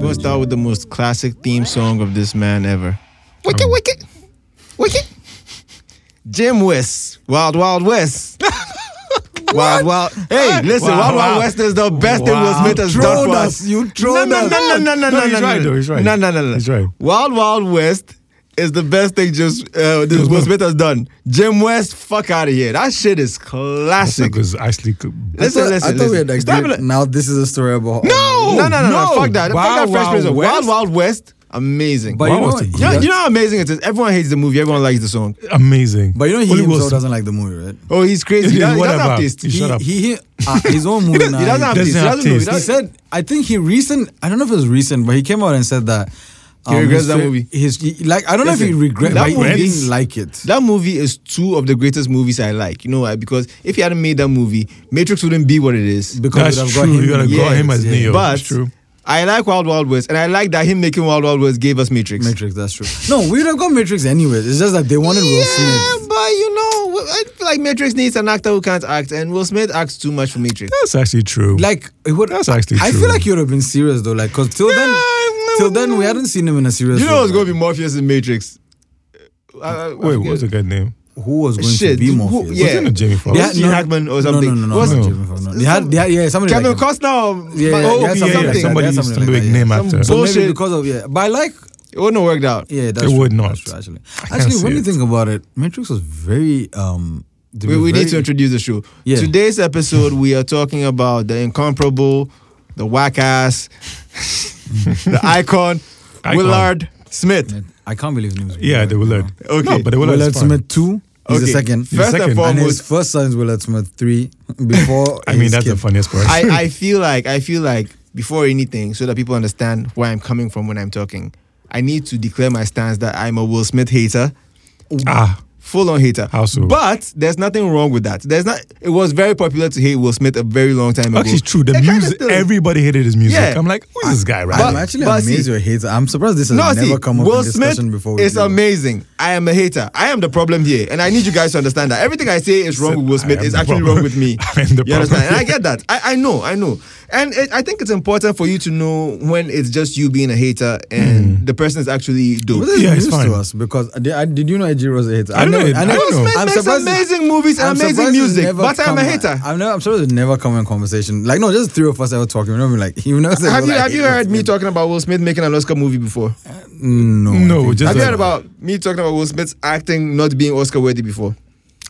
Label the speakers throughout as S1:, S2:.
S1: starts out with the most classic theme song of this man ever. Wicked, wicked, wicked. Jim West, Wild Wild West. Wild Wild. Hey, listen,
S2: Wow,
S1: Wild Wild
S2: wow.
S1: West is the best thing Will
S2: Wow.
S1: Smith has done
S3: Trolled
S1: for
S3: us.
S1: us.
S3: You
S1: No,
S3: trolled
S1: no, no,
S3: us.
S1: no, no, no,
S2: No,
S1: no, no,
S2: he's right,
S1: no.
S2: though, he's right.
S1: No, no, no, no.
S2: He's right.
S1: Wild Wild West is the best thing just uh, this Will Smith has done. Jim West, fuck out of here. That shit is classic.
S2: Because actually,
S1: Listen,
S3: I thought,
S1: listen,
S3: I thought we had
S1: listen.
S3: like
S1: Stop it.
S3: Now this is a story about
S1: No, no, no, no, no.
S2: No.
S1: Fuck that. fuck that
S2: Wild
S1: Fresh
S2: Wild
S1: Prince. of- Wild
S2: West?
S1: Wild West, amazing.
S3: But
S2: Wow,
S3: you know,
S2: what's the-
S1: you, know,
S3: that-
S1: you know how amazing it is. Everyone hates the movie. Everyone likes the song.
S2: amazing.
S3: but you know he
S2: Only Will
S3: himself
S2: Smith-
S3: doesn't like the movie, right?
S1: Oh, he's crazy. He,
S2: Yeah,
S1: doesn't- he doesn't have
S2: whatever.
S1: taste.
S2: He
S3: He,
S2: shut up.
S3: he, he uh, his own movie.
S1: doesn't-
S3: now,
S1: he doesn't have taste. He
S2: have
S1: doesn't know. He
S2: taste.
S3: He
S1: doesn't-
S3: said, I think he recent. I don't know if it was recent, but he came out and said that um,
S1: regrets
S3: his
S1: that
S3: fa-
S1: movie.
S3: His he- like, I don't know if he
S1: Listen,
S3: regret
S1: that
S3: but he
S1: movie-
S3: didn't like it.
S1: That movie is two of the greatest movies I like. You know why? Because if he hadn't made that movie, Matrix wouldn't be what it is.
S3: Because
S2: That's
S3: we would have
S2: true. you gotta
S1: Yeah,
S2: got him as
S3: yeah.
S2: Neo.
S1: but
S2: That's true.
S1: I like Wild Wild West, and I like that him making Wild Wild West gave us Matrix.
S3: Matrix. That's true. No, we would have got Matrix anyway. It's just that they wanted Will
S1: Yeah,
S3: Smith.
S1: but you know, I feel like Matrix needs an actor who can't act, and Will Smith acts too much for Matrix.
S2: That's actually true.
S3: Like it would.
S2: That's actually
S3: I
S2: true.
S3: feel like you would have been serious though. Like, cause till then,
S1: Yeah,
S3: till then we hadn't seen him in a serious.
S1: You know
S3: role,
S1: what's
S3: right?
S1: gonna be Morpheus in Matrix? Uh,
S2: wait, what was the guy's name?
S3: who was going
S1: Shit,
S3: to be
S1: who-
S3: Morpheus?
S1: yeah.
S2: Wasn't it Jamie Foxx?
S1: Yeah. Gene Hackman or something.
S3: No, no, no, no.
S1: Was-
S3: no, Jamie Fox, no. They had, they had, yeah, somebody
S1: Kevin
S3: like him.
S1: Costner,
S3: Yeah, yeah,
S1: oh,
S3: yeah,
S1: something.
S3: something like that.
S2: somebody,
S3: Yeah, something
S2: somebody
S3: like that,
S2: name
S3: yeah.
S2: after.
S1: Some
S3: So maybe
S1: bullshit.
S3: because of yeah, but I like
S1: It wouldn't have worked out.
S3: yeah, that's
S2: It
S3: true.
S2: would not.
S3: That's true, actually,
S2: can't
S3: actually,
S2: see
S3: when you
S2: it.
S3: think about it, Matrix was very um. they
S1: We,
S3: were
S1: we need to
S3: very-
S1: introduce the show.
S3: Yeah.
S1: Today's episode, we are talking about the incomparable, the whack ass, the icon,
S2: Icon.
S1: Willard Smith.
S3: I can't believe names.
S2: Yeah, the Willard.
S1: Okay.
S2: No, but the Willard,
S3: Willard Smith two. He's the
S1: Okay.
S3: second.
S1: First
S2: He's the
S1: and
S2: second.
S3: and his
S1: foremost,
S3: first son is Willard Smith three. Before
S2: I mean,
S3: his
S2: that's the
S3: kid.
S2: funniest part.
S1: I, I feel like I feel like before anything, so that people understand where I'm coming from when I'm talking, I need to declare my stance that I'm a Will Smith hater.
S2: ah,
S1: full on hater.
S2: How so?
S1: But there's nothing wrong with that. There's not. It was very popular to hate Will Smith a very long time ago.
S2: actually, it's true. The
S1: It kinda
S2: music,
S1: still-
S2: everybody hated his music.
S1: Yeah.
S2: I'm like, who's this guy, right?
S3: I'm
S1: But-
S3: actually
S1: but see-
S3: amazed you're a hater. I'm surprised this has
S1: No,
S3: never
S1: see,
S3: come up
S1: Will
S3: in
S1: Smith
S3: discussion before. with
S1: is
S3: you.
S1: amazing. I am a hater. I am the problem here, and I need you guys to understand that everything I say is wrong
S2: Said,
S1: with Will
S2: "I
S1: Smith
S2: am
S1: is
S2: the
S1: actually
S2: problem."
S1: wrong with me.
S2: I am the
S1: you
S2: problem.
S1: understand? And I get that. I, I know. I know. And it, I think it's important for you to know when it's just you being a hater and the person is actually
S3: But
S1: dope.
S3: this is
S2: Yeah, it's
S3: news
S2: fine.
S3: to us because I, I- did you know Ajiro was a hater?
S2: I don't
S3: never-
S2: know. I don't
S1: Will
S2: know.
S1: Smith
S3: I'm
S1: makes
S3: surprised-
S1: amazing movies and
S3: I'm
S1: amazing
S3: surprised it's
S1: music,
S3: never
S1: but I'm a
S3: come-
S1: hater.
S3: I'm never. I'm surprised it never come in conversation. Like no, just three of us ever talking. You know, what I mean? like you know.
S1: have you have you heard me talking about Will Smith making an Oscar movie before?
S3: No, I
S2: No,
S3: think-
S2: just-
S1: Have
S2: that-
S1: you heard about me talking about Will Smith's acting not being Oscar worthy before?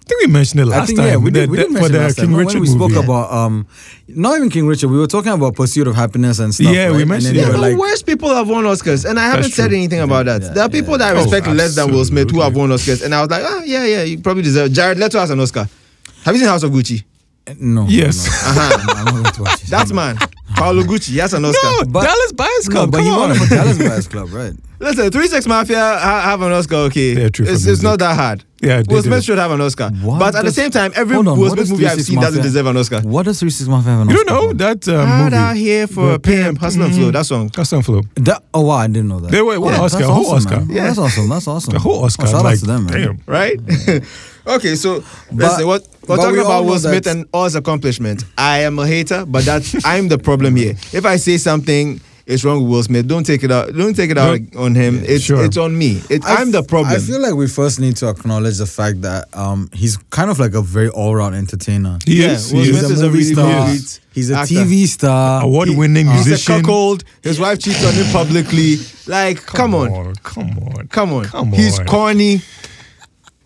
S2: I think we mentioned it
S3: I
S2: last
S3: think
S2: time.
S3: yeah, we
S2: the-
S3: did. We
S2: the-
S3: did
S2: for
S3: mention
S2: the
S3: last
S2: King
S3: time, no,
S2: Richard
S3: when we spoke
S2: movie.
S3: about um, not even King Richard. We were talking about pursuit of happiness and stuff.
S2: Yeah, we
S3: right?
S2: mentioned
S3: and then
S1: Yeah,
S2: it.
S3: they were
S1: but
S3: like,
S1: worse people have won Oscars, and I haven't said
S2: true.
S1: anything about that.
S3: Yeah,
S1: there are
S3: yeah,
S1: people that I
S2: yeah.
S1: respect
S2: Oh,
S1: less than Will Smith who have won
S2: absolutely.
S1: Oscars, and I was like, ah, yeah, yeah, you probably deserve. Jared Leto has an Oscar. Have you seen House of Gucci?
S3: no,
S2: Yes.
S3: no, no, no, I'm not going to watch it.
S1: That man, Paolo Gucci, he has an Oscar.
S2: No,
S3: But-
S2: Dallas Buyers
S3: No,
S2: Club.
S3: but he
S2: come
S3: won
S2: on.
S3: for Dallas Buyers Club, right?
S1: Listen, Three Six Mafia ha- have an Oscar. Okay,
S2: They're true for
S1: it's, it's
S2: music.
S1: not that hard.
S2: Yeah, they
S1: Will
S2: do.
S1: Smith should have an Oscar,
S3: What
S1: but at the
S3: does-
S1: same time, every
S3: Hold on,
S1: Will
S3: what
S1: Smith
S3: does
S1: movie I've
S3: 3Six
S1: seen doesn't
S3: Mafia-
S1: deserf an Oscar.
S3: What does Three Six Mafia have an
S2: You
S3: Oscar
S2: don't know
S3: for?
S2: that uh,
S1: Out
S2: movie?
S1: out here for
S2: The
S1: a pimp, hustle and flow. That song.
S2: Hustle and Flow.
S3: That, oh wow, I didn't know that.
S2: They were- what
S3: yeah,
S2: Oscar?
S3: That's
S2: Who
S3: awesome,
S2: Oscar?
S3: man.
S1: Yeah.
S3: That's awesome. That's awesome.
S2: The whole Oscar.
S3: Oh, shout
S2: like,
S3: out to them, man.
S2: Damn.
S1: right? okay, so listen, what, we're
S3: but
S1: talking
S3: we
S1: about
S3: all know
S1: Will Smith
S3: that-
S1: and all's accomplishment. I am a hater, but that's I'm the problem here. If I say something is wrong with Will Smith, don't take it out. Don't take it out on him. it's
S2: sure.
S1: it's on me. It,
S3: I
S1: I'm the
S3: f-
S1: problem.
S3: I feel like we first need to acknowledge the fact that um, he's kind of like a very all-round entertainer.
S2: He
S1: Yeah,
S2: is.
S1: Will
S2: He
S1: Smith
S2: is.
S1: is a
S2: He
S1: really
S2: is.
S1: good-
S3: He's a
S1: actor.
S3: TV star.
S2: Award-winning
S1: He's
S2: musician.
S1: a cuckold. His wife cheats on him publicly. Like, come, on.
S2: Come on.
S1: Come on.
S2: Come on.
S1: He's corny.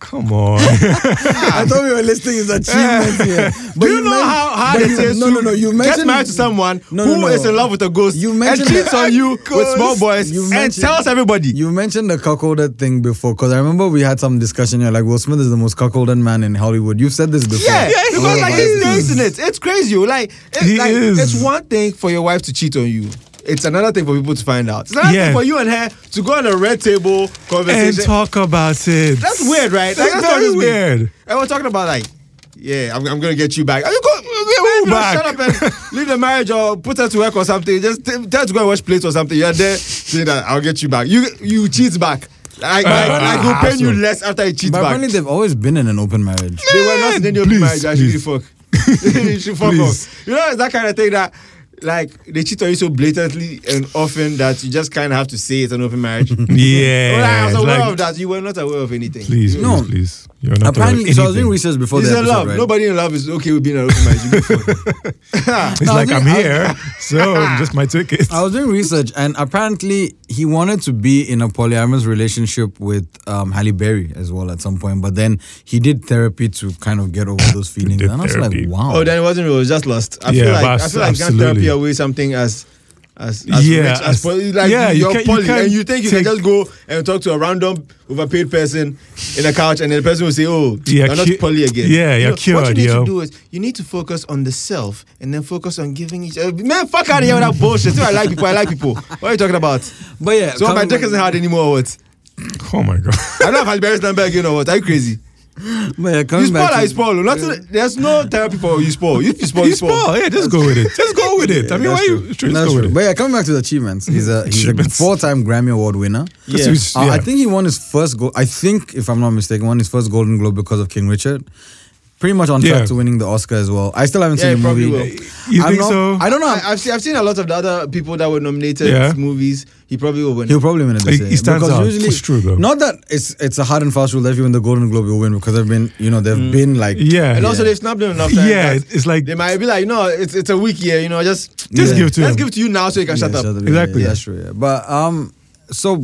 S2: Come on.
S3: I thought we were listing his achievements here. But
S1: Do you, know
S3: men-
S1: how hard it
S3: but you-
S1: is
S3: No,
S1: to
S3: no, no. You mentioned
S1: get married to someone who
S3: No,
S1: is
S3: no, no.
S1: in love with a ghost
S3: You
S1: and
S3: mentioned
S1: cheats
S3: the-
S1: on you with
S3: Ghost.
S1: small boys
S3: You
S1: and
S3: mentioned-
S1: tells everybody.
S3: You mentioned the cuckolded thing before because I remember we had some discussion here. Like Will Smith is the most cuckolded man in Hollywood. You've said this before.
S1: Yeah, because
S3: Over
S1: like
S3: Oh my
S1: he's
S3: years.
S1: dating it. It's crazy. oh, Like, it,
S2: He
S1: like
S2: is.
S1: it's one thing for your wife to cheat on you. It's another thing for people to find out. It's another
S2: Yeah.
S1: thing for you and her to go on a red table
S2: and
S1: conversation.
S2: talk about it.
S1: that's weird, right?
S2: That's
S1: not
S2: very
S1: just me.
S2: weird.
S1: And we're talking about like, yeah, I'm, I'm gonna get you back. Are you go,
S2: Who
S1: you know,
S2: back?
S1: Shut up and leave the marriage or put her to work or something. Just t- tell her to go and wash plates or something. You're there saying that I'll get you back. You you cheat back. Like, like,
S2: Uh,
S1: like we'll pay you
S2: asshole.
S1: less after you cheat
S3: But
S1: back.
S3: apparently they've always been in an open marriage.
S1: They were not in any open
S2: Please,
S1: marriage. I should
S2: please.
S1: fuck. you should fuck
S2: Please.
S1: off. You know, it's that kind of thing that. like they cheat on you so blatantly and often that you just kind of have to say it's an open marriage.
S2: Yeah.
S1: Well, I was
S2: it's
S1: aware
S2: like-
S1: of that. You were not aware of anything.
S2: Please,
S3: No.
S2: please, please. You're not
S3: Apparently,
S2: aware of
S3: so I was doing
S2: anything.
S3: research before
S1: This
S3: the
S1: is
S3: episode,
S1: love.
S3: right?
S1: Nobody in love is okay with being an open marriage. You go for it.
S2: It's
S3: No, I
S2: like
S3: was
S2: I'm
S3: doing- I-
S2: here, so just my ticket.
S3: I was doing research, and apparently he wanted to be in a polyamorous relationship with um, Halle Berry as well at some point. But then he did therapy to kind of get over those feelings,
S2: did
S3: and I was
S2: therapy.
S3: like, wow.
S1: Oh, then it wasn't real. It was just lost. I
S2: Yeah,
S1: feel like
S2: but
S1: I feel like you can't
S2: absolutely.
S1: therapy away E something as. As, as
S2: Yeah,
S1: rich, as,
S2: as-
S1: poly, like
S2: yeah, you
S1: you're
S2: can't- you
S1: poly,
S2: can't
S1: and you think you
S2: take-
S1: can just go and talk to a random overpaid person in a couch, and then the person will say, "Oh,
S2: Yeah,
S1: you're not
S2: cu-
S1: poly again."
S2: yeah, you're
S1: What you
S2: cured,
S1: need
S2: yo.
S1: to do is you need to focus on the self, and then focus on giving each. other. Man, fuck out of here with that bullshit. So I like people. I like people. What are you talking about?
S3: but yeah,
S1: So my
S3: coming
S1: dick
S3: back-
S1: isn't hard anymore. or What?
S2: Oh my god.
S1: I don't have Halle Berry's number again. Or what? Are you crazy?
S3: But yeah,
S1: You
S3: coming
S1: spoil,
S3: back. to-
S1: I spoil. Nothing. There's no therapy for you spoil. You spoil, you
S2: It's
S1: spoil.
S2: Paul. Yeah, just go with it. Just go with it. I mean,
S3: That's
S2: why
S3: true.
S2: you just
S3: That's
S2: go
S3: true.
S2: with
S3: But
S2: it?
S3: yeah, coming back to the achievements, he's a he's a
S2: Achievements.
S3: four-time Grammy Award winner.
S2: That's which-
S3: Uh, I
S2: yeah.
S3: think he won his first gold. I think, if I'm not mistaken, won his first Golden Globe because of King Richard. Pretty much on track
S2: Yeah.
S3: to winning the Oscar as well. I still haven't
S1: Yeah,
S3: seen
S1: he
S3: the
S1: probably
S3: movie.
S1: will.
S2: You
S3: I'm
S2: think
S3: not-
S2: so?
S3: I don't know.
S1: I, I've, seen, I've seen a lot of the other people that were nominated
S2: Yeah.
S1: movies. He probably will win.
S3: He'll probably win it this
S2: Like,
S3: year.
S2: he stands
S3: because
S2: out.
S3: Usually,
S2: It's true, though.
S3: Not that it's it's a hard and fast rule that if you win the Golden Globe, you'll win because they've been you know they've been like
S2: Mm. Yeah.
S1: and also,
S3: Yeah.
S1: they've snubbed him enough times.
S2: Yeah,
S1: that
S2: it's- it's like-
S1: they might be like, no, it's it's a weak year. You know, just
S2: Just
S3: Yeah.
S2: give it to
S1: let's
S2: him.
S1: give it to you now so you can shut
S3: Yeah,
S1: up.
S3: shut up.
S2: Exactly.
S3: Yeah, yeah, sure. Yeah. But um, so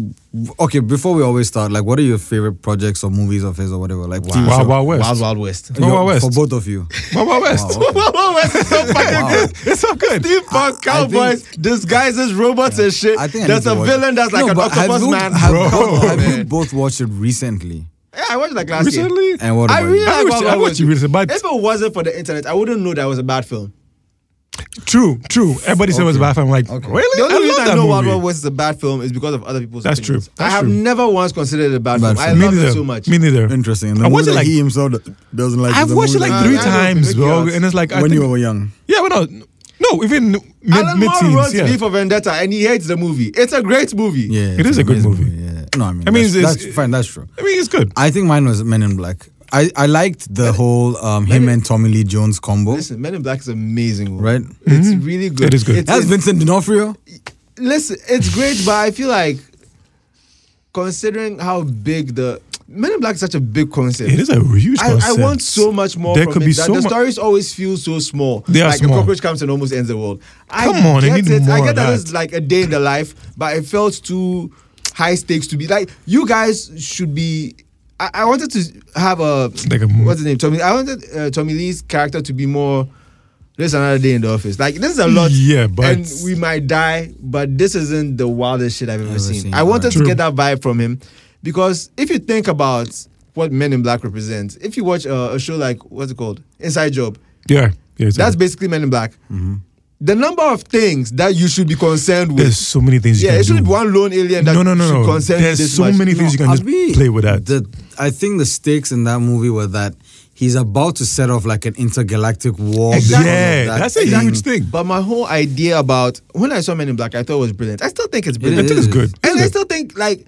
S3: okay, before we always start, like, what are your favorite projects or movies of his or whatever? Like, wow,
S2: Wild Wild West.
S1: Wild Wild West.
S2: Wild Wild West.
S3: for both of you.
S2: Wild Wild West.
S3: Wow, okay.
S1: Wild Wild West is so fucking
S3: Wow.
S1: good. It's so good. Steampunk
S3: I- I
S1: cowboys, disguises, robots, and shit.
S3: I think I
S1: There's
S3: need
S1: a
S3: to watch-
S1: villain that's like
S3: No,
S1: an
S3: but have
S1: octopus
S3: you-
S1: man.
S3: Have,
S1: Bro.
S3: have you
S1: Man.
S3: both watched it recently?
S1: Yeah, I watched it like last year.
S2: Recently?
S3: And what about
S1: I really
S3: you?
S1: like
S2: I watched-
S1: Wild
S2: I
S1: Wild
S2: watched
S1: West.
S2: it recently, but-
S1: if it wasn't for the internet, I wouldn't know that was a bad film.
S2: True, true. Everybody said it was
S3: Okay.
S2: bad. I'm like,
S3: Okay.
S1: The
S2: really?
S1: only reason
S2: I
S1: I know Wild
S2: love that
S1: Wild
S2: movie.
S1: West is a bad film is because of other people's
S2: That's
S1: opinions.
S2: true. That's
S1: I have
S2: true.
S1: never once considered it a bad,
S3: Bad
S1: film. I
S3: film.
S2: Me
S1: love it
S2: neither.
S1: so much.
S2: Me neither.
S3: Interesting. And
S2: I
S3: the movie
S2: watched it
S3: that
S2: like
S3: he himself do- doesn't like. is
S2: I've
S3: the
S2: watched it like
S3: movie
S1: that-
S2: three
S1: I know,
S2: times,
S1: it
S2: bro.
S1: makes
S2: And it's like I
S3: when
S2: think,
S3: you were young.
S2: yeah, when I was, no, even mid
S1: Alan
S2: mid
S1: Moore
S2: teens.
S1: wrote V
S2: Yeah,
S1: for Vendetta and he hates the movie. It's a great movie.
S3: Yeah,
S2: It
S3: it's
S2: is
S3: an
S2: a good
S3: amazing
S2: movie.
S3: Yeah. No, I mean,
S2: I mean,
S3: that's,
S2: it's-
S3: that's fine. That's true.
S2: I mean it's good.
S3: I think mine was Men in Black. I, I liked the whole um, him and Tommy Lee Jones combo,
S1: Listen, Men in Black is amazing. bro.
S3: right?
S1: It's really good.
S2: Mm-hmm. It is good.
S1: It's,
S3: That's
S1: it's,
S3: Vincent D'Onofrio.
S1: listen, it's great, but I feel like considering how big the Men in Black is such a big concept.
S2: It is a huge
S1: I, I
S2: concept.
S1: want so much more
S2: There
S1: from
S2: could
S1: it.
S2: be
S1: that
S2: so
S1: the
S2: mu-
S1: stories always feel so small.
S2: They are
S1: like a
S2: small.
S1: cockroach comes and almost ends the world. I
S2: Come on, they
S1: get
S2: need
S1: it. I
S2: more
S1: get
S2: of
S1: that,
S2: that.
S1: it's like a day in the life, but it felt too high stakes to be like you guys should be. I, I wanted to have a
S2: Like a-
S1: what's his name Tommy. I wanted uh, Tommy Lee's character to be more. There's another day in the office. Like this is a lot.
S2: Yeah, but-
S1: and we might die, but this isn't the wildest shit I've ever,
S3: Ever
S1: seen.
S3: seen,
S1: I wanted to
S2: True.
S1: get that vibe from him because if you think about what Men in Black represents, if you watch a, a show like what's it called, Inside Job,
S2: Yeah, yeah. it's
S1: that's
S2: a-
S1: basically Men in Black.
S2: Mm-hmm.
S1: The number of things that you should be concerned with.
S2: there's so many things. You
S1: yeah,
S2: can
S1: it shouldn't
S2: do.
S1: be one lone alien that
S2: No, no, no,
S1: should
S2: no.
S1: concern you
S2: There's
S1: this
S2: so
S1: much.
S2: many things you can just
S3: Abi,
S2: play with that.
S3: The, I think the stakes in that movie were that he's about to set off like an intergalactic war. because of
S1: Exactly.
S2: Yeah,
S3: that
S2: that's a
S3: thing.
S2: huge thing.
S1: But my whole idea about when I saw Men in Black, I thought it was brilliant. I still think it's
S2: I
S1: brilliant.
S2: think it's
S3: is.
S2: good.
S1: And I
S2: Isn't it?
S1: still think like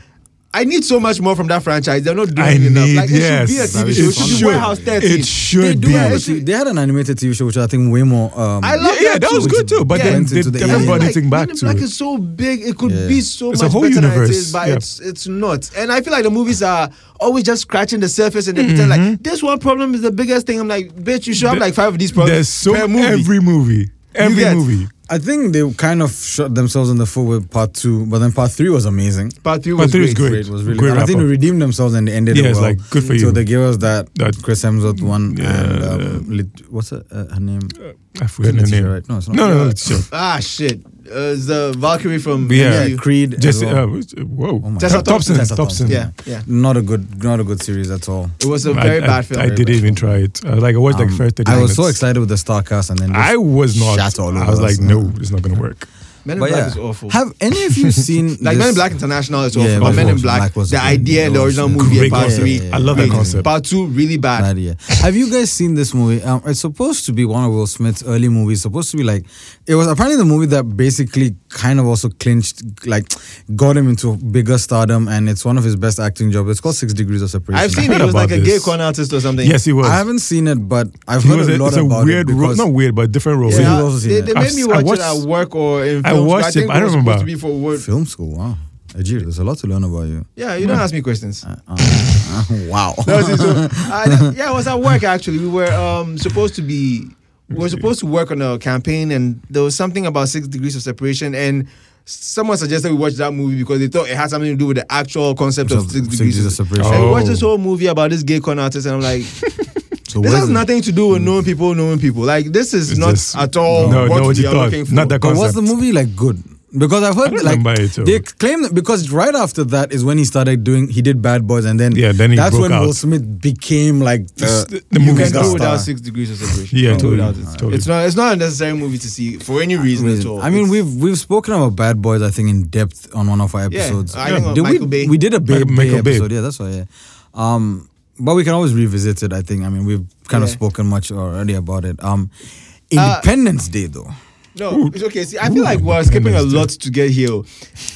S1: I need so much more from that franchise. They're not doing
S2: I
S1: enough.
S2: need
S1: Like
S2: yes.
S1: it should be a TV
S3: It
S1: show. It should, be
S3: should.
S1: Warehouse 13.
S2: It
S3: They,
S2: should
S3: do
S2: be.
S3: have a
S1: it's-
S3: t- they had an animated TV show, which I think way more. Um,
S1: I love
S2: yeah, yeah, that was
S1: too.
S2: good too. But
S1: Yeah.
S2: then
S3: Went
S2: they
S3: into the
S2: never
S3: alien.
S2: brought
S1: Like,
S2: anything back
S1: Men in
S2: to
S1: Black
S2: it.
S1: is so big; it could
S3: Yeah.
S1: be so
S2: It's a
S1: much
S2: whole
S1: better than it
S2: universe,
S1: is, but
S2: yeah.
S1: it's it's not. And I feel like the movies are always just scratching the surface, and they pretend like this one problem is the biggest thing. I'm like, bitch, you should have
S2: Mm-hmm. There-
S1: like five of these problems
S2: There's so
S1: per movie.
S2: every movie,
S1: get-
S2: every movie.
S3: I think they kind of shot themselves in the foot with part two, but then part three was amazing.
S1: part three
S2: Part
S1: was
S2: three is
S1: great.
S2: great.
S3: It was really
S2: Great
S3: good. I think
S2: wrap-up.
S3: they redeemed themselves and they ended
S2: Yeah,
S3: it
S2: it's
S3: well.
S2: like, good for
S3: So
S2: you.
S3: they gave us that,
S2: That-
S3: Chris Hemsworth one and
S2: Yeah,
S3: um, Lit- what's her, uh, her name?
S2: I forget the
S3: Letitia,
S2: name.
S3: right? No, it's not.
S2: No, no,
S3: Yeah.
S2: Letitia.
S1: Ah shit, uh, it's the Valkyrie from
S2: Yeah.
S1: MCU.
S3: Creed. as
S2: Jesse,
S3: well.
S2: uh, what's- uh, whoa.
S3: Oh
S1: Tessa
S3: my
S2: Tessa
S1: God. Thompson.
S2: Thompson.
S3: Tessa
S2: Thompson.
S3: Thompson.
S1: yeah, yeah.
S3: not a good, not a good series at all.
S1: It was a
S2: I-
S1: very
S2: I,
S1: bad film.
S2: I didn't even try it. I, like, I watched like
S3: Um,
S2: first 30
S3: I was
S2: minutes.
S3: so excited with the star cast, and then just
S2: I was not.
S3: Shat all over
S2: I was
S3: us,
S2: like,
S3: man.
S2: no, it's not going to work.
S1: Men in
S3: But
S1: Black
S3: yeah.
S1: is awful.
S3: Have any of you seen
S1: like Men in
S3: this-
S1: Black International is
S3: Yeah,
S1: awful,
S3: it
S1: but
S3: was
S1: Men in
S3: awful.
S1: Black,
S3: Black was
S1: the
S3: good.
S1: idea,
S3: It
S1: the
S3: was
S1: original
S3: good.
S1: movie,
S2: Great
S1: and part
S2: concept.
S1: three.
S2: I love that
S1: great.
S2: concept.
S1: Part two really bad.
S3: Bad, yeah. Have you guys seen this movie? Um, it's supposed to be one of Will Smith's early movies. supposed to be like, it was apparently the movie that basically kind of also clinched, like, got him into bigger stardom, and it's one of his best acting jobs. It's called Six Degrees of Separation.
S1: I've seen
S2: heard
S1: it. It was
S2: about
S1: like a gay
S2: this.
S1: con artist or something.
S2: Yes, he was.
S3: I haven't seen it, but I've
S2: He
S3: heard
S2: was
S3: a,
S2: a-
S3: lot
S2: it's a
S3: about
S2: weird
S3: it.
S2: role.
S3: because-
S2: Not weird, but different role.
S3: Yeah.
S1: Yeah,
S3: You've also seen
S1: they,
S3: it.
S1: they
S2: I've
S1: made
S2: s-
S1: me
S2: I
S1: watch
S2: watched-
S1: it at work or in film
S2: I
S1: school.
S2: watched
S1: I
S2: it,
S1: think
S2: but I
S1: it
S2: don't
S1: was supposed to
S2: remember.
S1: be for work.
S3: Film school, wow. Ajir, there's a lot to learn about you.
S1: Yeah, you don't ask me questions.
S3: Uh, wow.
S1: No, so- so, I- yeah, I was at work actually. We were um, supposed to be, we were supposed to work on a campaign, and there was something about six degrees of separation, and someone suggested we watch that movie because they thought it had something to do with the actual concept of
S3: Of
S1: six
S3: Six
S1: degrees of
S3: Degrees of
S1: separation.
S2: Separation.
S1: And we watched this
S2: Oh.
S1: whole movie about this gay con artist, and I'm like,
S3: So
S1: this
S3: where
S1: has
S3: is it?
S1: nothing to do with knowing people, knowing people. Like this is
S2: It's
S1: not
S2: just-
S1: at all
S2: No,
S1: what
S2: no, what
S1: we
S2: you
S1: are
S2: thought.
S1: looking for.
S2: Not that
S3: But was the
S2: concept.
S3: movie like good? Because I've heard
S2: I don't
S3: like
S2: remember it, though.
S3: they claim that because right after that is when he started doing he did Bad Boys and then
S2: Yeah, then he
S3: that's
S2: broke
S3: when Will
S2: out.
S3: Smith became like
S2: This-
S3: the,
S1: you
S2: the movie
S1: can
S2: Movie's
S1: do
S2: not
S1: without six degrees of separation.
S2: Yeah,
S1: You can do
S2: totally,
S1: without it.
S2: totally.
S1: It's not. It's not a necessary movie to see for any reason at all.
S3: I mean,
S1: It's-
S3: we've we've spoken about Bad Boys I think in depth on one of our episodes.
S1: I think of
S3: Did
S1: Michael
S3: we,
S1: Bay.
S3: we did a Bay,
S2: Michael-
S3: Bay
S2: Michael Bay.
S3: episode, yeah, that's why. Yeah. Um, but we can always revisit it. I think. I mean, we've kind of
S1: Yeah. Uh,
S3: spoken much already about it. Um, Independence Day though.
S1: No, it's okay. See, I feel like we're skipping a lot to get here. In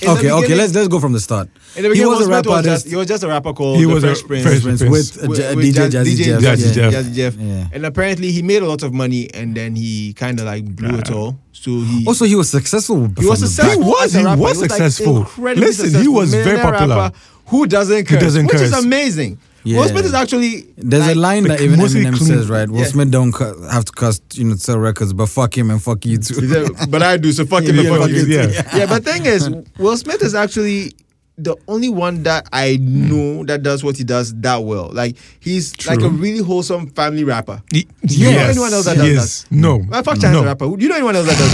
S1: the
S3: Okay, okay,
S1: beginning-
S3: let's let's go from the start.
S1: In the beginning,
S3: he
S1: Will
S3: was a
S1: Smith
S3: rap
S1: was just,
S3: artist.
S1: he was just a rapper called
S2: He
S1: the
S2: was a
S1: Fresh Prince.
S2: Fresh Prince.
S3: with uh,
S1: with-
S3: J-
S1: with
S3: DJ
S1: Jaz- DJ
S3: Jazzy Jeff.
S2: Jazzy
S3: yeah.
S2: Jeff.
S1: Jazzy Jeff.
S3: Yeah.
S1: And apparently, he made a lot of money, and then he kind of like blew it all. So he
S3: Also, he was successful.
S1: he was successful.
S2: He was,
S1: as a
S2: he
S1: rapper.
S2: was
S1: like,
S2: successful.
S1: incredibly
S2: Listen, he
S1: successful
S2: was very
S1: millionaire
S2: popular.
S1: rapper Who doesn't curse?
S2: doesn't
S1: Which
S2: curse.
S1: is amazing.
S3: Yeah.
S1: Will Smith is actually
S3: There's
S1: like,
S3: a line that
S2: Like,
S3: even
S2: mostly
S3: Eminem
S2: clean.
S3: says, right? Will
S1: Yeah.
S3: Smith don't cu- have to cuss, you know, sell records, but fuck him and fuck you
S1: He
S3: too.
S1: said, but I do, so fuck him
S3: Yeah,
S1: and fuck
S2: fuck
S1: you.
S2: you,
S1: Yeah.
S2: yeah.
S1: yeah, but thing is, Will Smith is actually the only one that I know that does what he does that well. Like he's like a
S2: True.
S1: really wholesome family rapper.
S2: Yes.
S1: you know anyone else that does
S2: yes. No.
S1: Well, fuck Chance
S2: no.
S1: the rapper. Do you know anyone else that does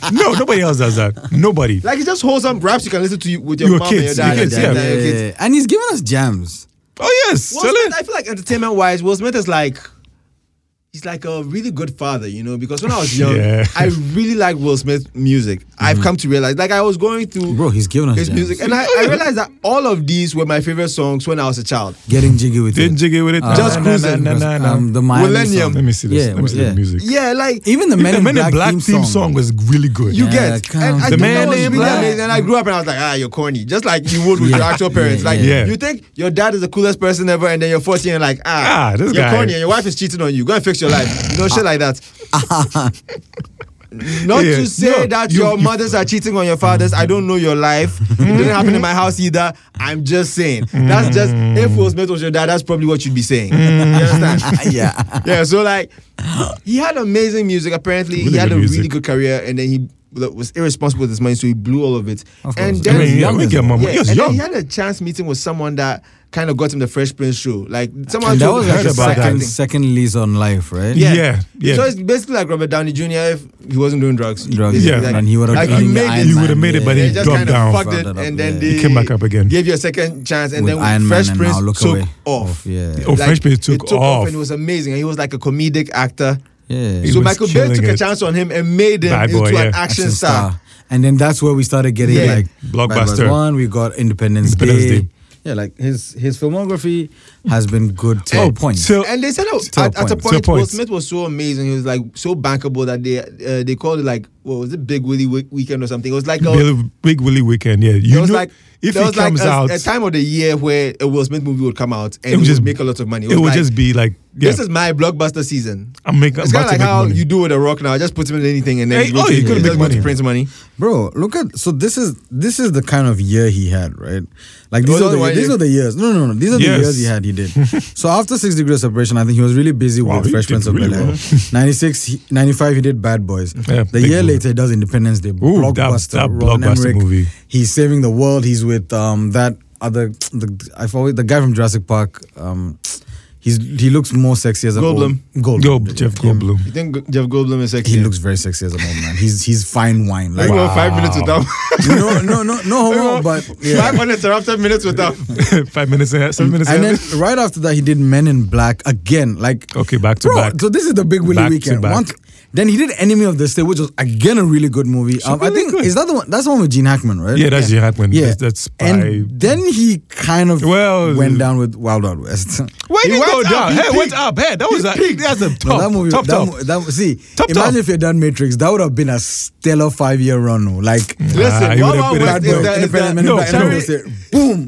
S1: that?
S2: No, nobody else does that. Nobody.
S1: like it's just wholesome raps you can listen to you with your,
S2: Your
S1: mom
S2: kids,
S1: and
S2: your
S1: your dad.
S2: kids,
S1: and your
S2: yeah.
S1: dad and your kids.
S3: And he's giving us jams.
S2: oh yes.
S1: Will
S2: Sell
S1: Smith,
S2: it.
S1: I feel like entertainment wise, Will Smith is like he's like a really good father, you know, because when I was young,
S2: Yeah. Mm-hmm.
S1: I really liked Will Smith music. I've come to realize like I was going through
S3: Bro, he's giving us
S1: his
S3: jams.
S1: music. And I, I realized that all of these were my favorite songs when I was a child.
S3: Getting jiggy with
S2: Didn't
S3: it.
S2: jiggy with it.
S3: Uh,
S1: Just cruising.
S2: Na, na, na, na.
S3: Um, the Miami
S1: Millennium.
S3: song.
S2: Let me see this.
S3: Yeah,
S2: Let me see
S3: yeah.
S2: the music.
S1: Yeah, like
S3: Even the
S2: Even
S3: Men,
S2: the Men in Black
S3: theme,
S2: theme song was really good.
S1: you
S3: Yeah,
S1: get.
S3: come
S1: And I
S3: on.
S1: think
S2: The
S1: that
S2: man
S1: was
S2: in
S1: really
S2: black.
S1: amazing. And I grew up and I was like, ah, you're corny. Just like you would with
S3: Yeah.
S1: your actual
S3: Yeah,
S1: parents. like
S2: yeah.
S1: you think your dad is the coolest person ever, and then you're 14 and like, ah,
S2: Ah, this
S1: you're
S2: guy.
S1: corny and your wife is cheating on you. Go and fix your life. You know, shit like that. Not
S2: Yeah.
S1: to say
S2: No,
S1: that
S2: you-
S1: your
S2: you-
S1: mothers are cheating on your fathers. I don't know your life. It didn't happen in my house either. I'm just saying. That's just if Will Smith was your dad, that's probably what you'd be saying. You understand?
S3: yeah.
S1: yeah, so like he had amazing music. Apparently, he
S2: Really
S1: had a
S2: good
S1: really
S2: music.
S1: good career, and then he was irresponsible with his money, so he blew all of it.
S3: Of
S1: and
S3: course.
S1: then,
S2: I mean, yeah,
S3: young,
S2: we
S3: isn't
S2: get
S3: it?
S2: mama.
S1: yeah,
S2: He was
S1: and then he
S2: young.
S1: had a chance meeting with someone that kind of got him the Fresh Prince show. Like someone
S3: And that
S1: told
S3: was
S1: him
S3: like
S2: heard
S3: a
S1: it's
S2: about that.
S3: second,
S1: acting.
S3: second lease on life, right?
S1: Yeah.
S2: Yeah, yeah.
S1: So it's basically like Robert Downey Jr. if he wasn't doing drugs.
S3: Drugs.
S1: Basically,
S2: Yeah.
S1: like,
S3: And he would have
S1: like,
S2: done
S1: he
S2: it.
S1: made
S2: Iron
S1: it.
S2: You would've made it, but
S1: They
S2: he
S1: just
S2: dropped
S1: kind of
S2: down.
S1: fucked it,
S3: Fucked it up,
S1: and then
S3: yeah.
S1: they
S2: He came back up again.
S1: Gave you a second chance, and
S3: With
S1: then
S3: Iron
S1: Fresh
S3: Man and
S1: Prince
S3: Now Look
S1: took
S3: Away.
S1: off.
S3: Yeah.
S2: Oh, Fresh Prince took
S1: it took off.
S2: off.
S1: and it was amazing. And he was like a comedic actor.
S3: Yeah.
S2: He
S1: so
S2: was
S1: Michael Bay
S2: killing
S1: took a
S2: it.
S1: chance on him and made him
S2: Bad boy,
S1: into an
S2: yeah.
S1: action star.
S3: And then that's where we started getting
S1: Yeah.
S3: like Bad Boys
S2: Blockbuster.
S3: One, we got Independence,
S2: Independence
S3: Day.
S2: Day.
S3: Yeah, like his his filmography has been good to
S2: Oh,
S3: a point.
S2: till-
S1: And they said that
S3: To a
S1: at, at a
S3: point.
S1: point,
S2: To a
S1: Will
S2: point.
S1: Smith was so amazing. He was like so bankable that they uh, they called it like what was it Big Willie Week- Weekend or something. It was like a,
S2: Bill- Big Willie Weekend. Yeah,
S1: there
S2: you
S1: was
S2: know
S1: like
S2: if
S1: there
S2: it
S1: was like
S2: comes
S1: a,
S2: out,
S1: a time of the year where a Will Smith movie would come out and it
S2: would
S1: would
S2: just-
S1: make a lot of money.
S2: it would
S1: like,
S2: just be like yeah,
S1: this is my blockbuster season.
S2: I'm making. I'm
S1: It's kind
S2: about
S1: of
S2: to
S1: like
S2: make
S1: how
S2: money.
S1: you do with a rock now. Just put him in anything and then
S2: Hey,
S1: go
S2: oh,
S1: to-
S2: he
S1: just
S2: could make
S1: go to
S2: money.
S1: print money.
S3: Bro, look at so this is this is the kind of year he had, right? Like
S1: was
S3: these are
S1: only
S3: the,
S1: one
S3: these
S1: year.
S3: are the years. No, no, no. These are
S2: Yes.
S3: the years he had. He did. so after Six Degrees of Separation, I think he was really busy
S2: Wow,
S3: with
S2: he
S3: Fresh
S2: did
S3: Prince of
S2: really
S3: Bel Air.
S2: well.
S3: 96, he- 95, he did Bad Boys.
S2: Yeah,
S3: the
S2: big
S3: year
S2: movie.
S3: later, he does Independence Day.
S2: Ooh, that- that
S3: Roland
S2: blockbuster
S3: Emmerich.
S2: movie.
S3: He's saving the world. He's with um that other the I've always the guy from Jurassic Park. Um, he's he looks more sexy as a
S1: Goldblum.
S3: Goldblum.
S2: Yo, Jeff Goldblum.
S1: You think Jeff Goldblum is sexy?
S3: He looks very sexy as a old man. He's he's fine wine.
S1: like
S3: Like
S1: wow. five minutes
S2: Wow.
S1: without.
S3: no, no, no, no homo, but yeah.
S1: Five uninterrupted minutes without.
S2: Five minutes in, seven minutes
S3: And
S2: in.
S3: then right after that, he did Men in Black again. Like
S2: Okay, back to
S3: bro,
S2: back.
S3: So this is the Big Willie
S2: Back to
S3: weekend.
S2: back.
S3: One- Then he did Enemy of the State, which was again a really good movie. Um, I
S2: really
S3: think
S2: good.
S3: is that the one? That's the one with Gene Hackman, right?
S2: Yeah, that's yeah. Hackman.
S3: Yeah,
S2: That's, that's by.
S3: and then he kind of
S2: Well-
S3: went down with Wild Wild West. No,
S2: Why
S1: He
S2: did
S1: went
S2: go
S1: up,
S2: down?
S1: he
S2: Hey, went
S1: peaked.
S2: up. Hey, that was a, that's a top,
S3: that movie,
S2: top,
S3: that,
S2: top.
S3: mo- that mo- see,
S2: Top, top.
S3: imagine if you had done Matrix, that would have been a stellar five year run. no? Like
S1: Listen,
S2: he
S1: Wild
S2: would've
S1: Wild West
S2: been a
S1: is
S2: good-
S3: Bad Boy,
S1: the, is the,
S3: Independent Man,
S2: no,
S3: Bad Boy,
S2: sorry.
S3: Independent State. boom.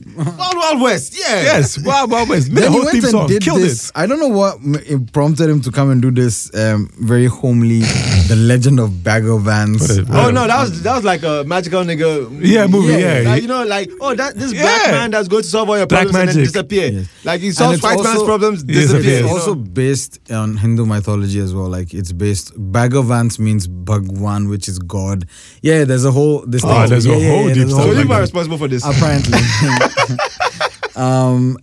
S1: Wild Wild West. Yeah.
S2: Yes, Wild Wild West. Made the whole theme song. Killed
S3: this. I don't know what m- it prompted him to come and do this um, very homely, the legend of Bagger Vans.
S2: What a- what
S1: Oh no, that was that was like a magical nigga. movie.
S2: Yeah, movie, yeah.
S1: Like, you know, like oh, that this black
S2: Yeah.
S1: man that's going to solve all your
S2: Black
S1: problems and then
S2: magic.
S1: disappear.
S3: Yes.
S1: Like he
S3: And
S1: solves
S3: it's
S1: white man's
S3: also-
S1: problems,
S2: It is a
S1: disappears.
S2: bit.
S1: you
S3: It's
S1: know?
S3: also based on Hindu mythology as well. Like it's based. Bhagavans means Bhagwan, which is God. Yeah, there's a whole. This
S2: Oh,
S3: thing-
S2: there's a
S3: yeah, yeah,
S2: whole
S3: yeah,
S2: deep
S3: there's a
S2: stuff
S1: so
S3: whole-
S1: you
S2: like
S1: are
S2: that.
S1: responsible for this.
S3: Apparently. um,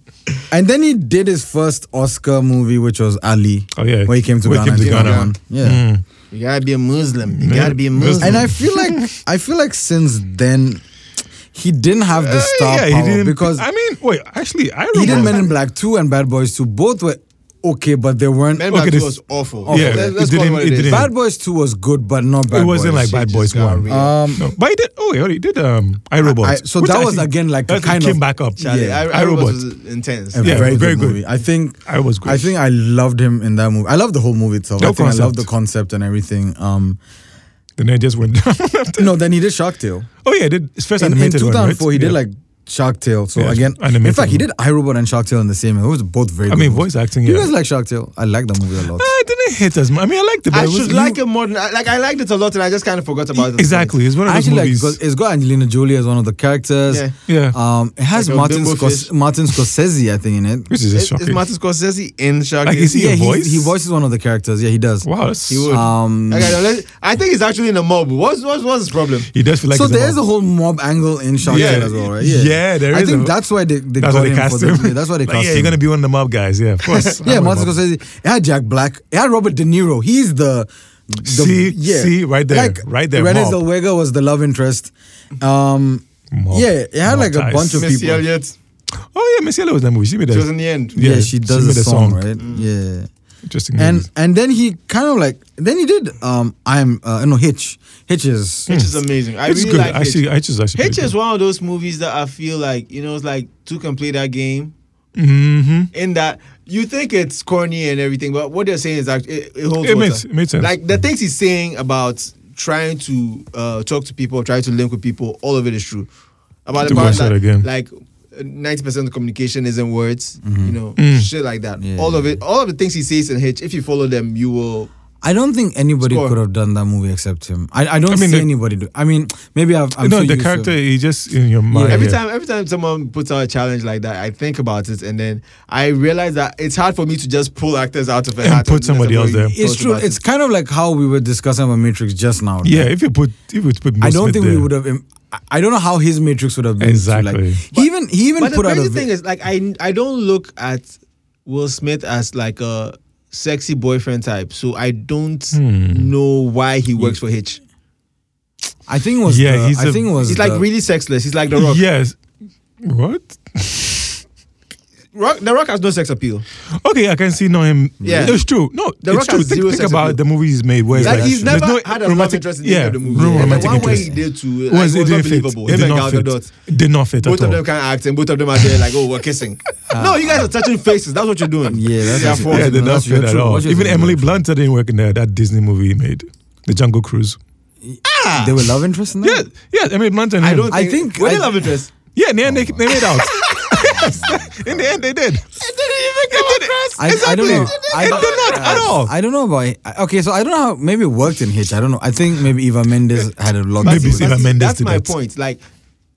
S3: and then he did his first Oscar movie, which was Ali.
S2: Oh, yeah.
S3: where he came to
S2: Where he
S3: Ghana.
S2: came to
S3: and
S2: Ghana. Mm.
S3: won. Yeah.
S1: You gotta be a Muslim. You
S2: Yeah.
S1: gotta be a Muslim.
S3: And I feel like I feel like since then he didn't have the star
S2: Uh, yeah,
S3: power
S2: he didn't,
S3: because
S2: I mean, wait, actually, I
S3: he did
S2: remember-
S3: Men in Black Two and Bad Boys Two. Both were okay, but they weren't.
S1: Men in Black 2
S2: Okay, this-
S1: was awful.
S2: Yeah,
S1: Awful.
S2: it didn't-
S1: call what
S2: it
S1: is.
S2: didn't-
S3: Bad Boys Two was good, but not Bad
S2: it wasn't
S3: Boys.
S2: like Bad
S1: It
S2: Boys
S1: just got
S2: One.
S1: real.
S3: Um,
S2: no, but he did. Oh, yeah, he did. Um, iRobot.
S3: I- so
S2: which
S3: that was
S2: actually-
S3: again like a
S2: that
S3: kind
S2: came
S3: of-
S2: back up.
S1: Charlie,
S3: Yeah.
S1: I, I,
S2: iRobot.
S1: was intense.
S3: a
S2: Yeah,
S3: very,
S2: very
S3: good,
S2: good.
S3: movie. I think
S2: I was good.
S3: I think I loved him in that movie. I love the whole movie itself.
S2: No
S3: I think I love
S2: concept.
S3: the concept and everything. Um,
S2: Then I just went down.
S3: no, then he did Shark Tale.
S2: oh yeah, I did his first
S3: In, in
S2: animated one, right?
S3: 2004, he did
S2: Yeah.
S3: like Shark Tale. So
S2: Yeah,
S3: again,
S2: animated
S3: in fact, he
S2: one.
S3: did iRobot and Shark Tale in the same. year. It was both very.
S2: I
S3: good
S2: mean,
S3: movies.
S2: voice acting.
S3: You
S2: Yeah,
S3: guys like Shark Tale? I like that movie a lot.
S2: I didn't hit as much. I mean, I liked it. But
S1: I
S2: it was,
S1: should
S2: you-
S1: like it more than I- like I liked it a lot, and I just kind of forgot about it.
S2: Exactly, it's one of
S3: I
S2: those
S3: actually like
S2: movies.
S3: because it's got Angelina Jolie as one of the characters.
S1: Yeah.
S2: Yeah.
S3: Um, it has
S1: Like a
S3: Martin,
S1: bimbo
S3: Scors-
S1: fish.
S3: Martin Scorsese, I think, in it.
S2: which is
S1: Is,
S2: just
S1: is
S2: shocking.
S1: Martin Scorsese in Shark?
S2: Like,
S1: Tale?
S2: is he-
S3: yeah,
S2: a
S3: he-
S2: voice?
S3: he voices one of the characters. Yeah, he does.
S2: Wow, that's,
S1: He would.
S3: Um,
S1: Okay, no, let's- I think he's actually in a mob. What's what's what's his problem?
S2: he does feel like.
S3: so
S2: he's a
S3: there's
S2: mob.
S3: a whole mob angle in Shark
S2: Yeah.
S3: Tale as well, right?
S2: Yeah, there
S3: I
S2: is
S3: think
S2: a-
S3: that's why they, they
S2: That's
S3: got
S2: why they
S3: him
S2: cast
S3: for
S2: him.
S3: The, yeah, that's why they
S2: Like,
S3: cast
S2: yeah, you're
S3: him.
S2: gonna be one of the mob guys. Yeah, of course. I'm
S3: yeah,
S2: a
S3: Martin
S2: mob.
S3: Scorsese. It had Jack Black. It had Robert De Niro. He's the. the
S2: See?
S3: yeah.
S2: See? Right there. Right there,
S3: Renée
S2: mob.
S3: Zellweger was the love interest. Um,
S2: Mob.
S3: yeah, it had
S2: Mob
S3: like a
S2: ties.
S3: bunch of
S1: Missy
S3: people.
S1: Elliott.
S2: Oh yeah, Missy Elliott was in that movie. She made
S1: She was in
S2: that
S1: the end.
S2: Yeah,
S3: yeah, she does
S2: she
S3: a
S2: made a
S3: song,
S2: song. Mm.
S3: right? Yeah.
S2: interesting.
S3: And
S2: movies.
S3: and then he kind of like then he did um I'm uh, no Hitch Hitch is
S1: Hitch is amazing. I
S2: it's
S1: really
S2: good.
S1: like Hitch.
S2: actually, Hitch is actually.
S1: Hitch is one of those movies that I feel like you know, it's like two can play that game.
S2: Mm-hmm.
S1: In that you think it's corny and everything, but what they're saying is actually it, it holds water.
S2: It makes- it makes sense.
S1: Like the things he's saying about trying to uh, talk to people, trying to link with people, all of it is true. About the
S2: To
S1: part
S2: watch that
S1: that
S2: again.
S1: like. Ninety percent of communication is in words, you know,
S2: Mm.
S1: shit like that.
S3: Mm-hmm. Yeah.
S1: All of it, all of the things he says in Hitch. If you follow them, you will.
S3: I don't think anybody
S1: Score.
S3: could have done that movie except him. I, I don't
S2: I mean,
S3: see
S2: the-
S3: anybody do. I mean, maybe I've I'm
S2: no,
S3: so
S2: the
S3: used to-
S2: character he just in your mind.
S1: Every
S2: Oh, yeah.
S1: time, every time someone puts out a challenge like that, I think about it, and then I realize that it's hard for me to just pull actors out of it
S2: And put somebody else there.
S3: It's true. It's kind of like how we were discussing about Matrix just now. right?
S2: Yeah, if you put, if you put.
S3: I
S2: Will
S3: don't
S2: Smith
S3: think we
S2: there.
S3: would have. im- I- I don't know how his Matrix would have been. too,
S2: Exactly.
S3: Like, he even he even
S1: but the
S3: put out a
S1: crazy
S3: vi-
S1: thing is, like, I I don't look at Will Smith as like a sexy boyfriend type, so I don't know why he works for Hitch.
S3: I think it was
S2: Yeah,
S3: the,
S2: he's
S3: I
S2: a-
S3: think it was
S1: He's like
S3: the-
S1: really sexless. He's like The Rock.
S2: Yes. What?
S1: Rock the Rock has no sex appeal.
S2: Okay, I can see now him.
S1: Yeah.
S2: it's true. No,
S1: The
S2: it's
S1: Rock
S2: true.
S1: has
S2: Think,
S1: zero
S2: think
S1: sex
S2: about
S1: appeal.
S2: the movies he's made. Where it's
S1: Like,
S2: like,
S1: he's
S2: there's
S1: never
S2: no
S1: had a love
S2: romantic-
S1: interest in
S2: yeah,
S1: any of the movies.
S2: no
S1: And
S2: romantic
S1: the one
S2: interest.
S1: where he did to like,
S2: was,
S1: was
S2: it didn't fit.
S1: unbelievable.
S2: It
S1: Him
S2: did
S1: and
S2: not
S1: Gal
S2: fit.
S1: Gadot.
S2: It did not fit
S1: Both
S2: at
S1: of
S2: all.
S1: them can act, and both of them are there like, oh, we're kissing. no, you guys are touching faces. That's what you're doing.
S3: Yeah, that's
S1: They are
S3: actually-
S1: forced.
S2: yeah,
S3: No,
S2: it did not
S3: that's
S2: fit
S3: very
S2: at
S3: true.
S2: all.
S3: Watch it,
S2: Even
S3: it's
S2: Emily
S3: very
S2: Blunt didn't work in that, that Disney movie he made, the Jungle Cruise.
S3: They were love interest in that.
S2: Yeah, yeah, Emily Blunt and
S1: I
S2: him.
S1: don't.
S3: I
S1: think.
S3: think-
S1: Were they
S3: I-
S1: love interest?
S2: Yeah, in the end, they, they made out. Yes, in the end, they did. It didn't even come across.
S3: I,
S2: exactly.
S3: I don't know. I
S2: it
S3: don't-
S2: did not at all.
S3: I don't know about. I- Okay, so I don't know how. Maybe it worked in Hitch. I don't know. I think maybe Eva Mendes had a lot.
S2: Maybe
S3: to do
S2: Eva
S3: with
S2: Mendes.
S3: it.
S2: Mendes
S1: That's
S2: did
S1: my
S2: that.
S1: point. Like,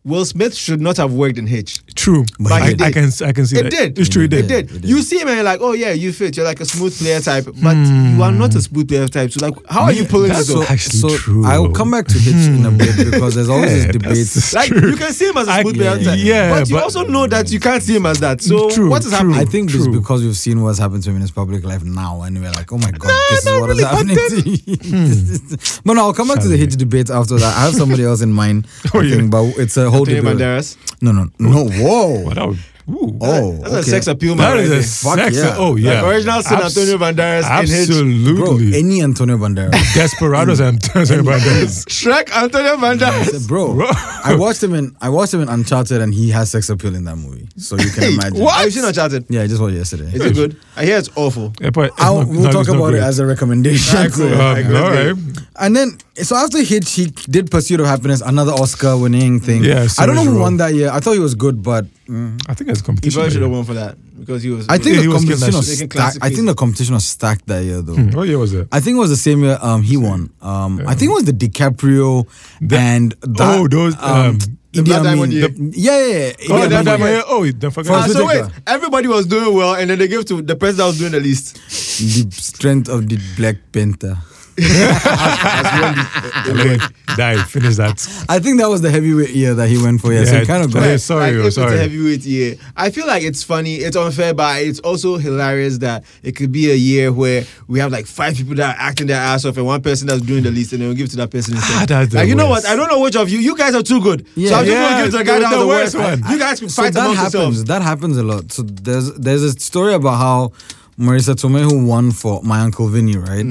S1: Will Smith should not have worked in Hitch.
S2: True.
S3: But
S2: I,
S3: he did.
S2: I can I can see
S1: It
S2: that.
S1: did.
S2: It's true. It did.
S1: It did.
S3: It did.
S1: You see him and you're like, oh yeah, you fit. You're like a smooth player type, but you are not a smooth player type. So like, how are you pulling
S2: Hmm. that's
S1: this
S3: So,
S1: off?
S2: actually
S3: so
S2: true.
S3: I'll come back to Hitch in a bit because there's always this
S2: Yeah,
S3: debate.
S2: that's-
S1: Like
S2: true.
S1: you can see him as a
S2: I-
S1: smooth player type,
S2: yeah,
S1: but you
S2: but-
S1: also know that you can't see him as that. So
S2: True,
S1: what is
S2: true.
S1: happening?
S3: I think it's
S2: True.
S3: because we've seen what's happened to him in his public life now, and we're like, oh my god, this is
S2: not
S3: what is
S2: really, but Hmm.
S3: happening to him. but no, I'll come back to the
S2: Shall we?
S3: Hitch debate after that. I have somebody else in mind, I
S2: yeah.
S3: think, but it's a whole
S1: Antonio
S3: debate.
S1: Banderas.
S3: No, no, no, whoa.
S2: Wow, that would- Ooh.
S3: Oh,
S1: That's a
S3: okay.
S1: sex appeal, man.
S2: That is
S1: right
S2: a
S1: there.
S3: Fuck
S2: sex.
S3: yeah.
S2: Oh yeah,
S1: Like original San
S2: Abs-
S1: Antonio Banderas in Hitch.
S3: bro.
S2: Absolutely,
S3: Any Antonio Banderas,
S2: Desperados and Antonio Banderas.
S1: Shrek Antonio Banderas.
S3: bro.
S2: Bro.
S3: I watched him in I watched him in Uncharted, and he has sex appeal in that movie. So you can imagine.
S1: What? I've seen Uncharted.
S3: Yeah, I just watched it yesterday.
S1: Is it good? I hear it's awful.
S2: Yeah, but it's
S3: I'll,
S2: not-
S3: we'll
S2: no,
S3: talk
S2: it's not
S3: about
S2: good.
S3: it as a recommendation.
S1: Alright, cool.
S3: So-
S1: I
S2: Um,
S1: agree.
S2: all right.
S3: And then, so after Hitch, he did Pursuit of Happiness, another Oscar winning thing.
S2: Yeah, so
S3: I don't know
S2: is
S3: who
S2: Rogue.
S3: won that year. I thought he was good, but mm,
S2: I think it's
S1: He
S2: competition.
S1: probably should have
S2: right?
S1: won for that because he was.
S3: I think
S2: Yeah, he
S3: the
S2: was killing
S3: competition
S2: that
S3: was
S1: shit. Making
S3: stacked.
S1: classic
S3: I think the competition was stacked that year, though.
S2: Hmm. What year was it?
S3: I think it was the same year um, he won. Um, I think it was the DiCaprio and that,
S2: oh, those, um,
S1: The
S3: Idi
S1: Black
S3: Amin-
S1: Diamond year.
S3: the- yeah, yeah, yeah.
S2: Oh,
S3: Idi
S2: that,
S3: Amin
S2: that
S3: year.
S2: year. Oh, don't forget.
S3: Franz
S1: Ah, so wait,
S3: Whitaker.
S1: everybody was doing well, and then they gave to the person that was doing the least.
S3: the strength of the Black Panther.
S2: Wait, die. Finish that.
S3: I think that was the heavyweight year that he went for. Yeah, so
S2: Yeah,
S3: he kind of got.
S2: yeah,
S3: it.
S2: Sorry,
S1: like,
S2: yo,
S1: if it's
S2: sorry.
S1: a heavyweight year. I feel like it's funny, it's unfair, but it's also hilarious that it could be a year where we have like five people that are acting their ass off and one person that's doing the least, and then we give it to that person instead.
S2: Ah, that's the
S1: like you know
S2: worst.
S1: what? I don't know which of you. You guys are too good.
S3: Yeah.
S1: so I'm just
S2: Yeah,
S1: gonna give it to the guy
S2: the-
S1: that was
S2: the
S1: the,
S2: worst
S1: worst,
S2: one.
S1: You guys can
S3: so
S1: fight
S3: that
S1: amongst
S3: happens.
S1: yourselves.
S3: That happens a lot. So there's there's a story about how Marisa Tomei who won for my uncle Vinny, right?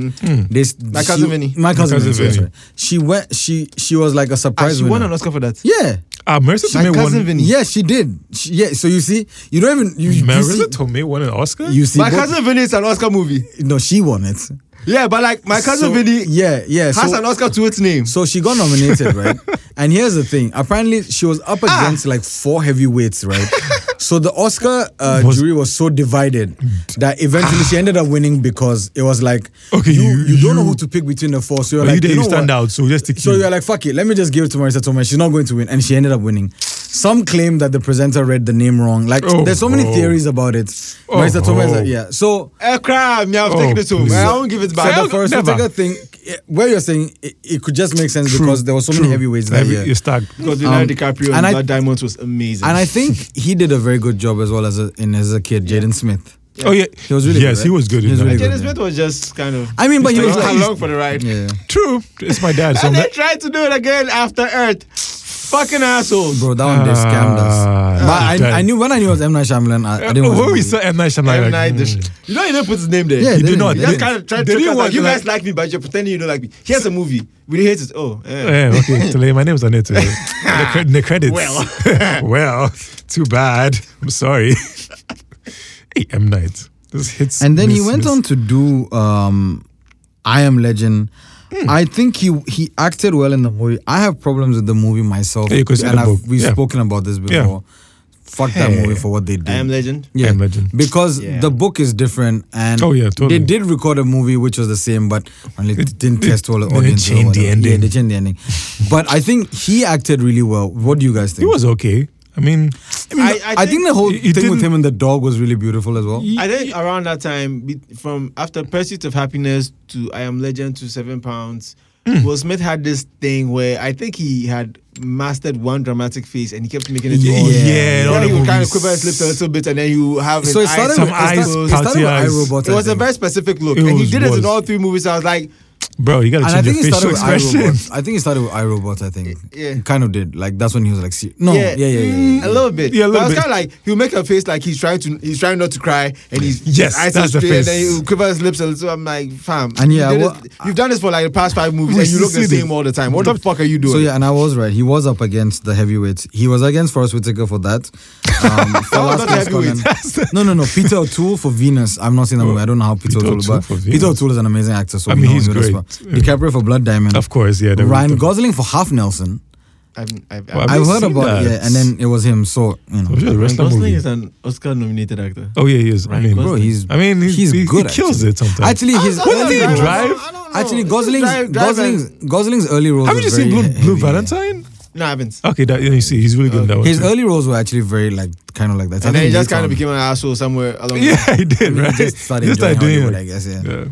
S3: They s-
S1: Mm-hmm. My Cousin Vinny.
S3: My cousin,
S2: My Cousin
S3: Vinny. sorry,
S2: Vinny.
S3: sorry. She went. She she was like a
S1: Ah,
S3: surprise
S1: she
S3: winner.
S1: won an Oscar for that.
S3: yeah.
S2: Ah, Marissa
S1: My
S2: Tomei
S1: cousin
S2: won.
S1: Vinny.
S3: Yeah, she did. She, yeah, so you see, you don't even you, you
S2: Marissa
S3: see,
S2: Tomei won an Oscar.
S3: you see
S1: My
S3: both-
S1: cousin Vinny is an Oscar movie.
S3: No, she won it.
S1: Yeah, but like my cousin
S3: So-
S1: Vinny
S3: Yeah, yeah.
S1: has
S3: so,
S1: an Oscar to its name.
S3: So she got nominated, right? and here's the thing: apparently, she was up against like four heavyweights, right? so the Oscar uh,
S2: Was-
S3: jury was so divided that eventually she ended up winning because it was like,
S2: Okay,
S3: you,
S2: you-
S3: you, don't know
S2: you-
S3: who to pick between the four. So you're
S2: But Oh, you
S3: like,
S2: did
S3: you
S2: you
S3: know
S2: stand
S3: what?
S2: out, so just to
S3: So
S2: keep-
S3: you're like, fuck it, let me just give it to Marisa Tomei. She's not going to win, and she ended up winning. Some claim that the presenter read the name wrong. Like,
S2: Oh,
S3: there's so many
S2: oh.
S3: theories about it.
S2: Oh,
S3: Marisa Tomei, is
S2: oh.
S3: like, yeah. So
S1: Eh, crap, me, I've
S2: Oh,
S1: taken it home.
S2: please.
S1: I won't give it
S3: so
S1: back.
S3: the first
S2: never.
S3: Whittaker thing, eh, where you're saying it, it could just make sense
S2: True,
S3: because there were so
S2: true.
S3: many heavyweights that
S2: Heavy-
S3: year.
S2: You're stuck.
S1: because Leonardo
S3: Um,
S1: DiCaprio
S3: and
S1: and,
S3: I-
S1: Blood Diamonds was amazing.
S3: And I think he did a very good job as well as a, in as a kid, Jaden Smith.
S2: Oh yeah,
S3: He was really
S2: yes,
S3: good,
S2: he
S3: right?
S2: was good.
S3: He
S2: in
S3: was
S2: that.
S3: really good.
S1: Jaden Smith was just kind of.
S3: I mean, but he
S1: He's
S3: was
S1: like,
S3: like,
S1: along for the ride.
S3: yeah,
S2: True, it's my dad. So
S1: And
S2: I'm
S1: they
S2: like,
S1: tried to do it again after Earth. Fucking assholes.
S3: bro, that one they scammed us.
S2: Ah,
S3: But
S2: that-
S3: I, I knew when I knew it was M Night Shyamalan, I, I didn't. watch the
S2: when we
S3: movie.
S2: saw M Night Shyamalan,
S1: M.
S2: like,
S1: Night,
S2: mm.
S1: the- You know, you didn't put his name there.
S3: Yeah,
S2: You
S3: they
S2: do
S3: didn't-
S2: not.
S3: they
S1: You just
S3: didn't.
S1: kind of tried
S2: They
S1: to
S2: didn't
S1: trick us,
S2: want
S1: like, you
S2: to,
S1: guys like me, but you're pretending you don't like me. Here's a movie. We hate it. Oh, eh.
S2: Yeah, okay, Tele, my name's on it. Tele. the, cre- the credits.
S1: Well.
S2: well, too bad. I'm sorry. hey, M Night. This hits.
S3: And then he
S2: miss,
S3: went
S2: miss.
S3: on to do um, I Am Legend.
S2: Hmm.
S3: I think he he acted well in the movie. I have problems with the movie myself,
S2: Yeah, 'cause
S3: and
S2: Edinburgh,
S3: I've, we've
S2: yeah.
S3: spoken about this before. Fuck that
S2: Hey.
S3: movie for what they did.
S1: I am legend.
S3: Yeah,
S2: Am Legend.
S3: because
S1: Yeah.
S3: the book is different, and
S2: Oh, yeah, totally.
S3: they did record a movie which was the same, but only it didn't
S2: it-
S3: test all the
S2: they
S3: audience.
S2: changed the
S3: Yeah,
S2: ending.
S3: they changed the ending. but I think he acted really well. What do you guys think?
S2: He was okay. I mean,
S3: I, mean,
S1: I-
S3: I,
S1: I
S3: think,
S1: think
S3: the whole
S2: he- he
S3: thing with
S2: didn't-
S3: him and the dog was really beautiful as well.
S1: I think around that time, be- from after Pursuit of Happiness to I Am Legend to Seven Pounds,
S3: Hmm.
S1: Will Smith had this thing where I think he had mastered one dramatic face and he kept making it.
S3: Yeah.
S1: more.
S3: Yeah,
S1: Then
S2: all the
S1: he would kind
S2: movies.
S1: of quiver his lips a little bit, and then you have his
S3: So it
S1: eyes-
S3: started,
S2: Some
S3: with, it
S2: eyes,
S3: started, it started
S2: pouty
S3: with
S2: eyes.
S3: iRobot.
S1: It was
S3: I
S1: a
S3: think.
S1: very specific look,
S2: It
S1: and he
S2: was-
S1: did it
S2: was.
S1: in all three movies. I was like,
S2: bro, you gotta
S3: And I
S2: change your
S3: think it started
S2: facial
S3: with
S2: expression.
S3: iRobot. I think it started with iRobot. I think
S1: Yeah.
S3: kind of did. Like that's when he was like, see- no, yeah, yeah, yeah. yeah,
S1: mm,
S3: yeah.
S1: a little bit.
S2: Yeah, a little
S1: but it was
S2: bit.
S1: kind of like he'll make a face like he's trying to, he's trying not to cry, and he's
S2: Yes,
S1: his eyes
S2: that's
S1: are
S2: the
S1: straight, And
S2: face.
S1: then he'll quiver his lips a little. I'm like, fam,
S3: And
S1: you
S3: yeah,
S1: did
S3: well,
S1: this- you've done this for like the past five movies,
S2: We
S1: and you look the
S2: see the-
S1: same all the time. What the fuck are you doing?
S3: So yeah, and I was right. He was up against the heavyweights. He was against Forrest Whitaker for that. Um, for
S1: Oh,
S3: Last
S1: not
S3: Kids
S1: the heavyweights.
S3: Conan. no, no, no. Peter O'Toole for Venus. I've not seen that movie. I don't know how Peter,
S2: Oh, Peter
S3: O'Toole,
S2: O'Toole
S3: but
S2: for Venus.
S3: Peter O'Toole is an amazing actor. So
S2: I
S3: we
S2: mean,
S3: know
S2: he's
S3: him in this
S2: great.
S3: part. DiCaprio for Blood Diamond.
S2: Of course, yeah. that
S3: Ryan
S2: would've-
S3: Gosling for Half Nelson.
S1: I've, I've,
S2: Well,
S1: I've-
S2: I've
S3: I've heard
S2: seen
S3: about
S2: that.
S3: yeah, and then it was him. So you know,
S2: Was it a
S1: Ryan
S2: wrestler
S1: Gosling
S2: movie?
S1: is an Oscar-nominated actor.
S2: Oh yeah, he is. I
S1: Ryan
S2: mean,
S1: Gosling.
S3: bro, he's
S2: I mean, he's,
S3: he's,
S2: he- he
S3: good.
S2: kills
S3: actually.
S2: it sometimes.
S3: Actually, his
S1: I don't
S2: Wasn't
S3: early
S2: he in
S1: know.
S3: roles-
S2: Drive?
S1: I don't know.
S3: Actually,
S1: It's
S3: Gosling's
S1: Drive- Drive
S3: Gosling's
S1: and-
S3: Gosling's early roles.
S2: Have you
S3: were
S2: just seen
S3: very
S2: Blue,
S3: he-
S2: Blue
S3: heavy, yeah.
S2: Valentine?
S1: No, I haven't.
S2: Okay, that you see, he's really good in that one.
S3: His
S2: too.
S3: early roles were actually very like kind of like that. I
S1: And then he
S3: think
S1: just
S3: later
S1: kind of
S3: on-
S1: became an asshole somewhere along. the way.
S2: Yeah, he did.
S3: mean,
S2: Right.
S3: just started
S2: Just started
S3: enjoying
S2: doing
S3: Hollywood,
S2: it.
S3: I guess, yeah.
S2: yeah.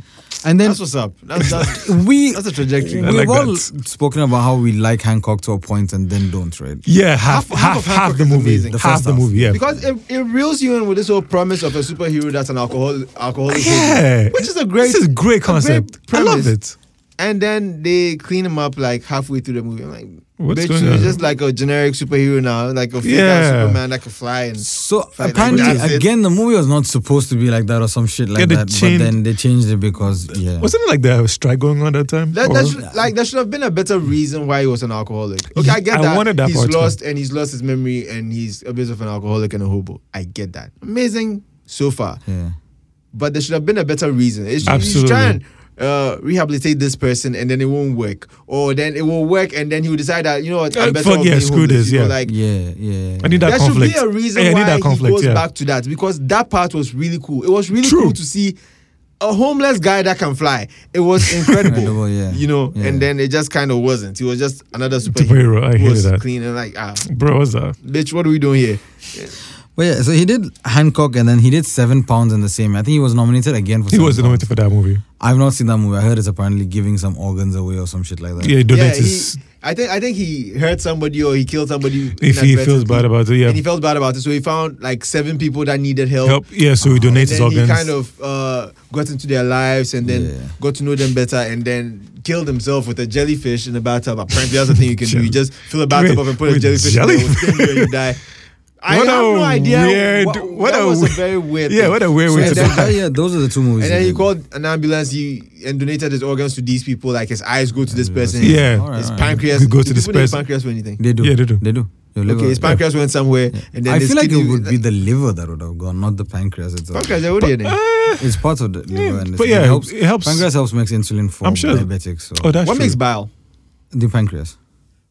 S3: And then
S1: That's what's up. That's, that's,
S3: we
S1: that's a trajectory.
S2: I
S3: we've
S2: like
S3: all
S2: that.
S3: spoken about how we like Hancock to a point and then don't, right?
S2: Yeah, half half half,
S1: half of Hancock
S2: the
S1: is
S2: movie,
S1: amazing. The
S2: half
S3: first
S2: the
S3: half.
S2: movie. Yeah,
S1: Because it, it reels you in with this whole premise of a superhero that's an alcohol alcoholic.
S2: yeah,
S1: which is a great,
S2: This is a great
S1: a great
S2: concept. I love
S1: premise.
S2: it.
S1: And then they clean him up like halfway through the movie. I'm like,
S2: What's
S1: bitch,
S2: going
S1: you're
S2: on?
S1: just like a generic superhero now, like a fake
S2: Yeah.
S1: Superman that can fly. And
S3: So
S1: like,
S3: apparently,
S1: that's it.
S3: again, the movie was not supposed to be like that or some shit like
S2: Yeah, they
S3: that.
S2: changed-
S3: But then they changed it because yeah.
S2: Wasn't it like there was a strike going on at that time?
S1: that,
S2: Or-
S1: that should, like there should have been a better reason why he was an alcoholic. Okay, I get
S2: I
S1: that.
S2: wanted that
S1: he's
S2: part too.
S1: lost and he's lost his memory and he's a bit of an alcoholic and a hobo. I get that. Amazing so far.
S3: yeah.
S1: but there should have been a better reason. It's, He's
S2: Absolutely.
S1: trying uh, rehabilitate this person, and then it won't work, or then it will work, and then he will decide that you know what,
S2: Uh,
S1: I'm better
S2: fuck
S1: off
S2: yeah,
S1: being
S2: screw
S1: homeless,
S2: this,
S1: you know,
S2: yeah.
S1: like.
S3: Yeah, yeah.
S2: I need that
S1: There
S2: conflict.
S1: should be a reason
S2: Yeah, I need
S1: why
S2: that conflict.
S1: he goes
S2: yeah.
S1: back to that because that part was really cool. It was really
S2: True.
S1: cool to see a homeless guy that can fly. It was incredible,
S3: Incredible, yeah.
S1: you know.
S3: Yeah.
S1: And then it just kind of wasn't. He was just another superhero.
S2: Superhero, I
S1: who
S2: hear
S1: was
S2: that.
S1: clean and like, ah,
S2: Bro, what's that?
S1: bitch, what are we doing here?
S3: But yeah, so he did Hancock and then he did Seven Pounds in the same. I think he was nominated again for.
S2: He
S3: Seven
S2: was
S3: Pounds.
S2: nominated for that movie.
S3: I've not seen that movie. I heard it's apparently giving some organs away or some shit like that.
S2: Yeah, he donates
S1: yeah, he,
S2: his.
S1: I think I think he hurt somebody or he killed somebody.
S2: If he feels
S1: inadvertently.
S2: bad about it, yeah.
S1: and he felt bad about it. So he found like seven people that needed help.
S2: Help. Yeah, so he donates
S1: And
S2: his
S1: then he
S2: organs.
S1: kind of uh, got into their lives and then
S3: Yeah.
S1: got to know them better and then killed himself with a jellyfish in the bathtub. Apparently, that's the thing you can do. You just fill a bathtub
S2: Wait,
S1: up and put a
S2: with
S1: jellyfish in there,
S2: jellyfish?
S1: sting you and you die. I
S2: What
S1: have
S2: a
S1: no idea.
S2: weird-
S1: what,
S2: what
S1: that
S2: a
S1: was a
S2: weird-
S1: very weird.
S2: yeah,
S1: thing.
S2: what a weird
S3: So
S2: way
S3: yeah,
S2: to.
S3: that- yeah, those are the two movies.
S1: And then
S3: he
S1: he
S3: did.
S1: called an ambulance. He and donated his organs to these people. Like his eyes go to this person.
S2: Yeah.
S3: All right,
S1: His
S3: all right.
S1: pancreas.
S2: You go to
S1: do
S2: this
S1: people need
S2: person.
S1: Pancreas for anything.
S3: They do.
S2: Yeah, they do.
S3: They do. Your liver.
S1: Okay, his pancreas went somewhere, and then
S3: I
S1: his
S3: feel like
S1: kidney-
S3: it would be the liver that would have gone, not the pancreas itself.
S1: pancreas. They would hear them.
S3: It's part of the liver, and
S2: but
S3: it's-
S2: yeah,
S3: it helps.
S2: it helps.
S3: Pancreas helps makes insulin for
S2: I'm sure.
S3: diabetics. So
S2: Oh, that's
S1: What
S2: true.
S1: makes bile?
S3: the pancreas.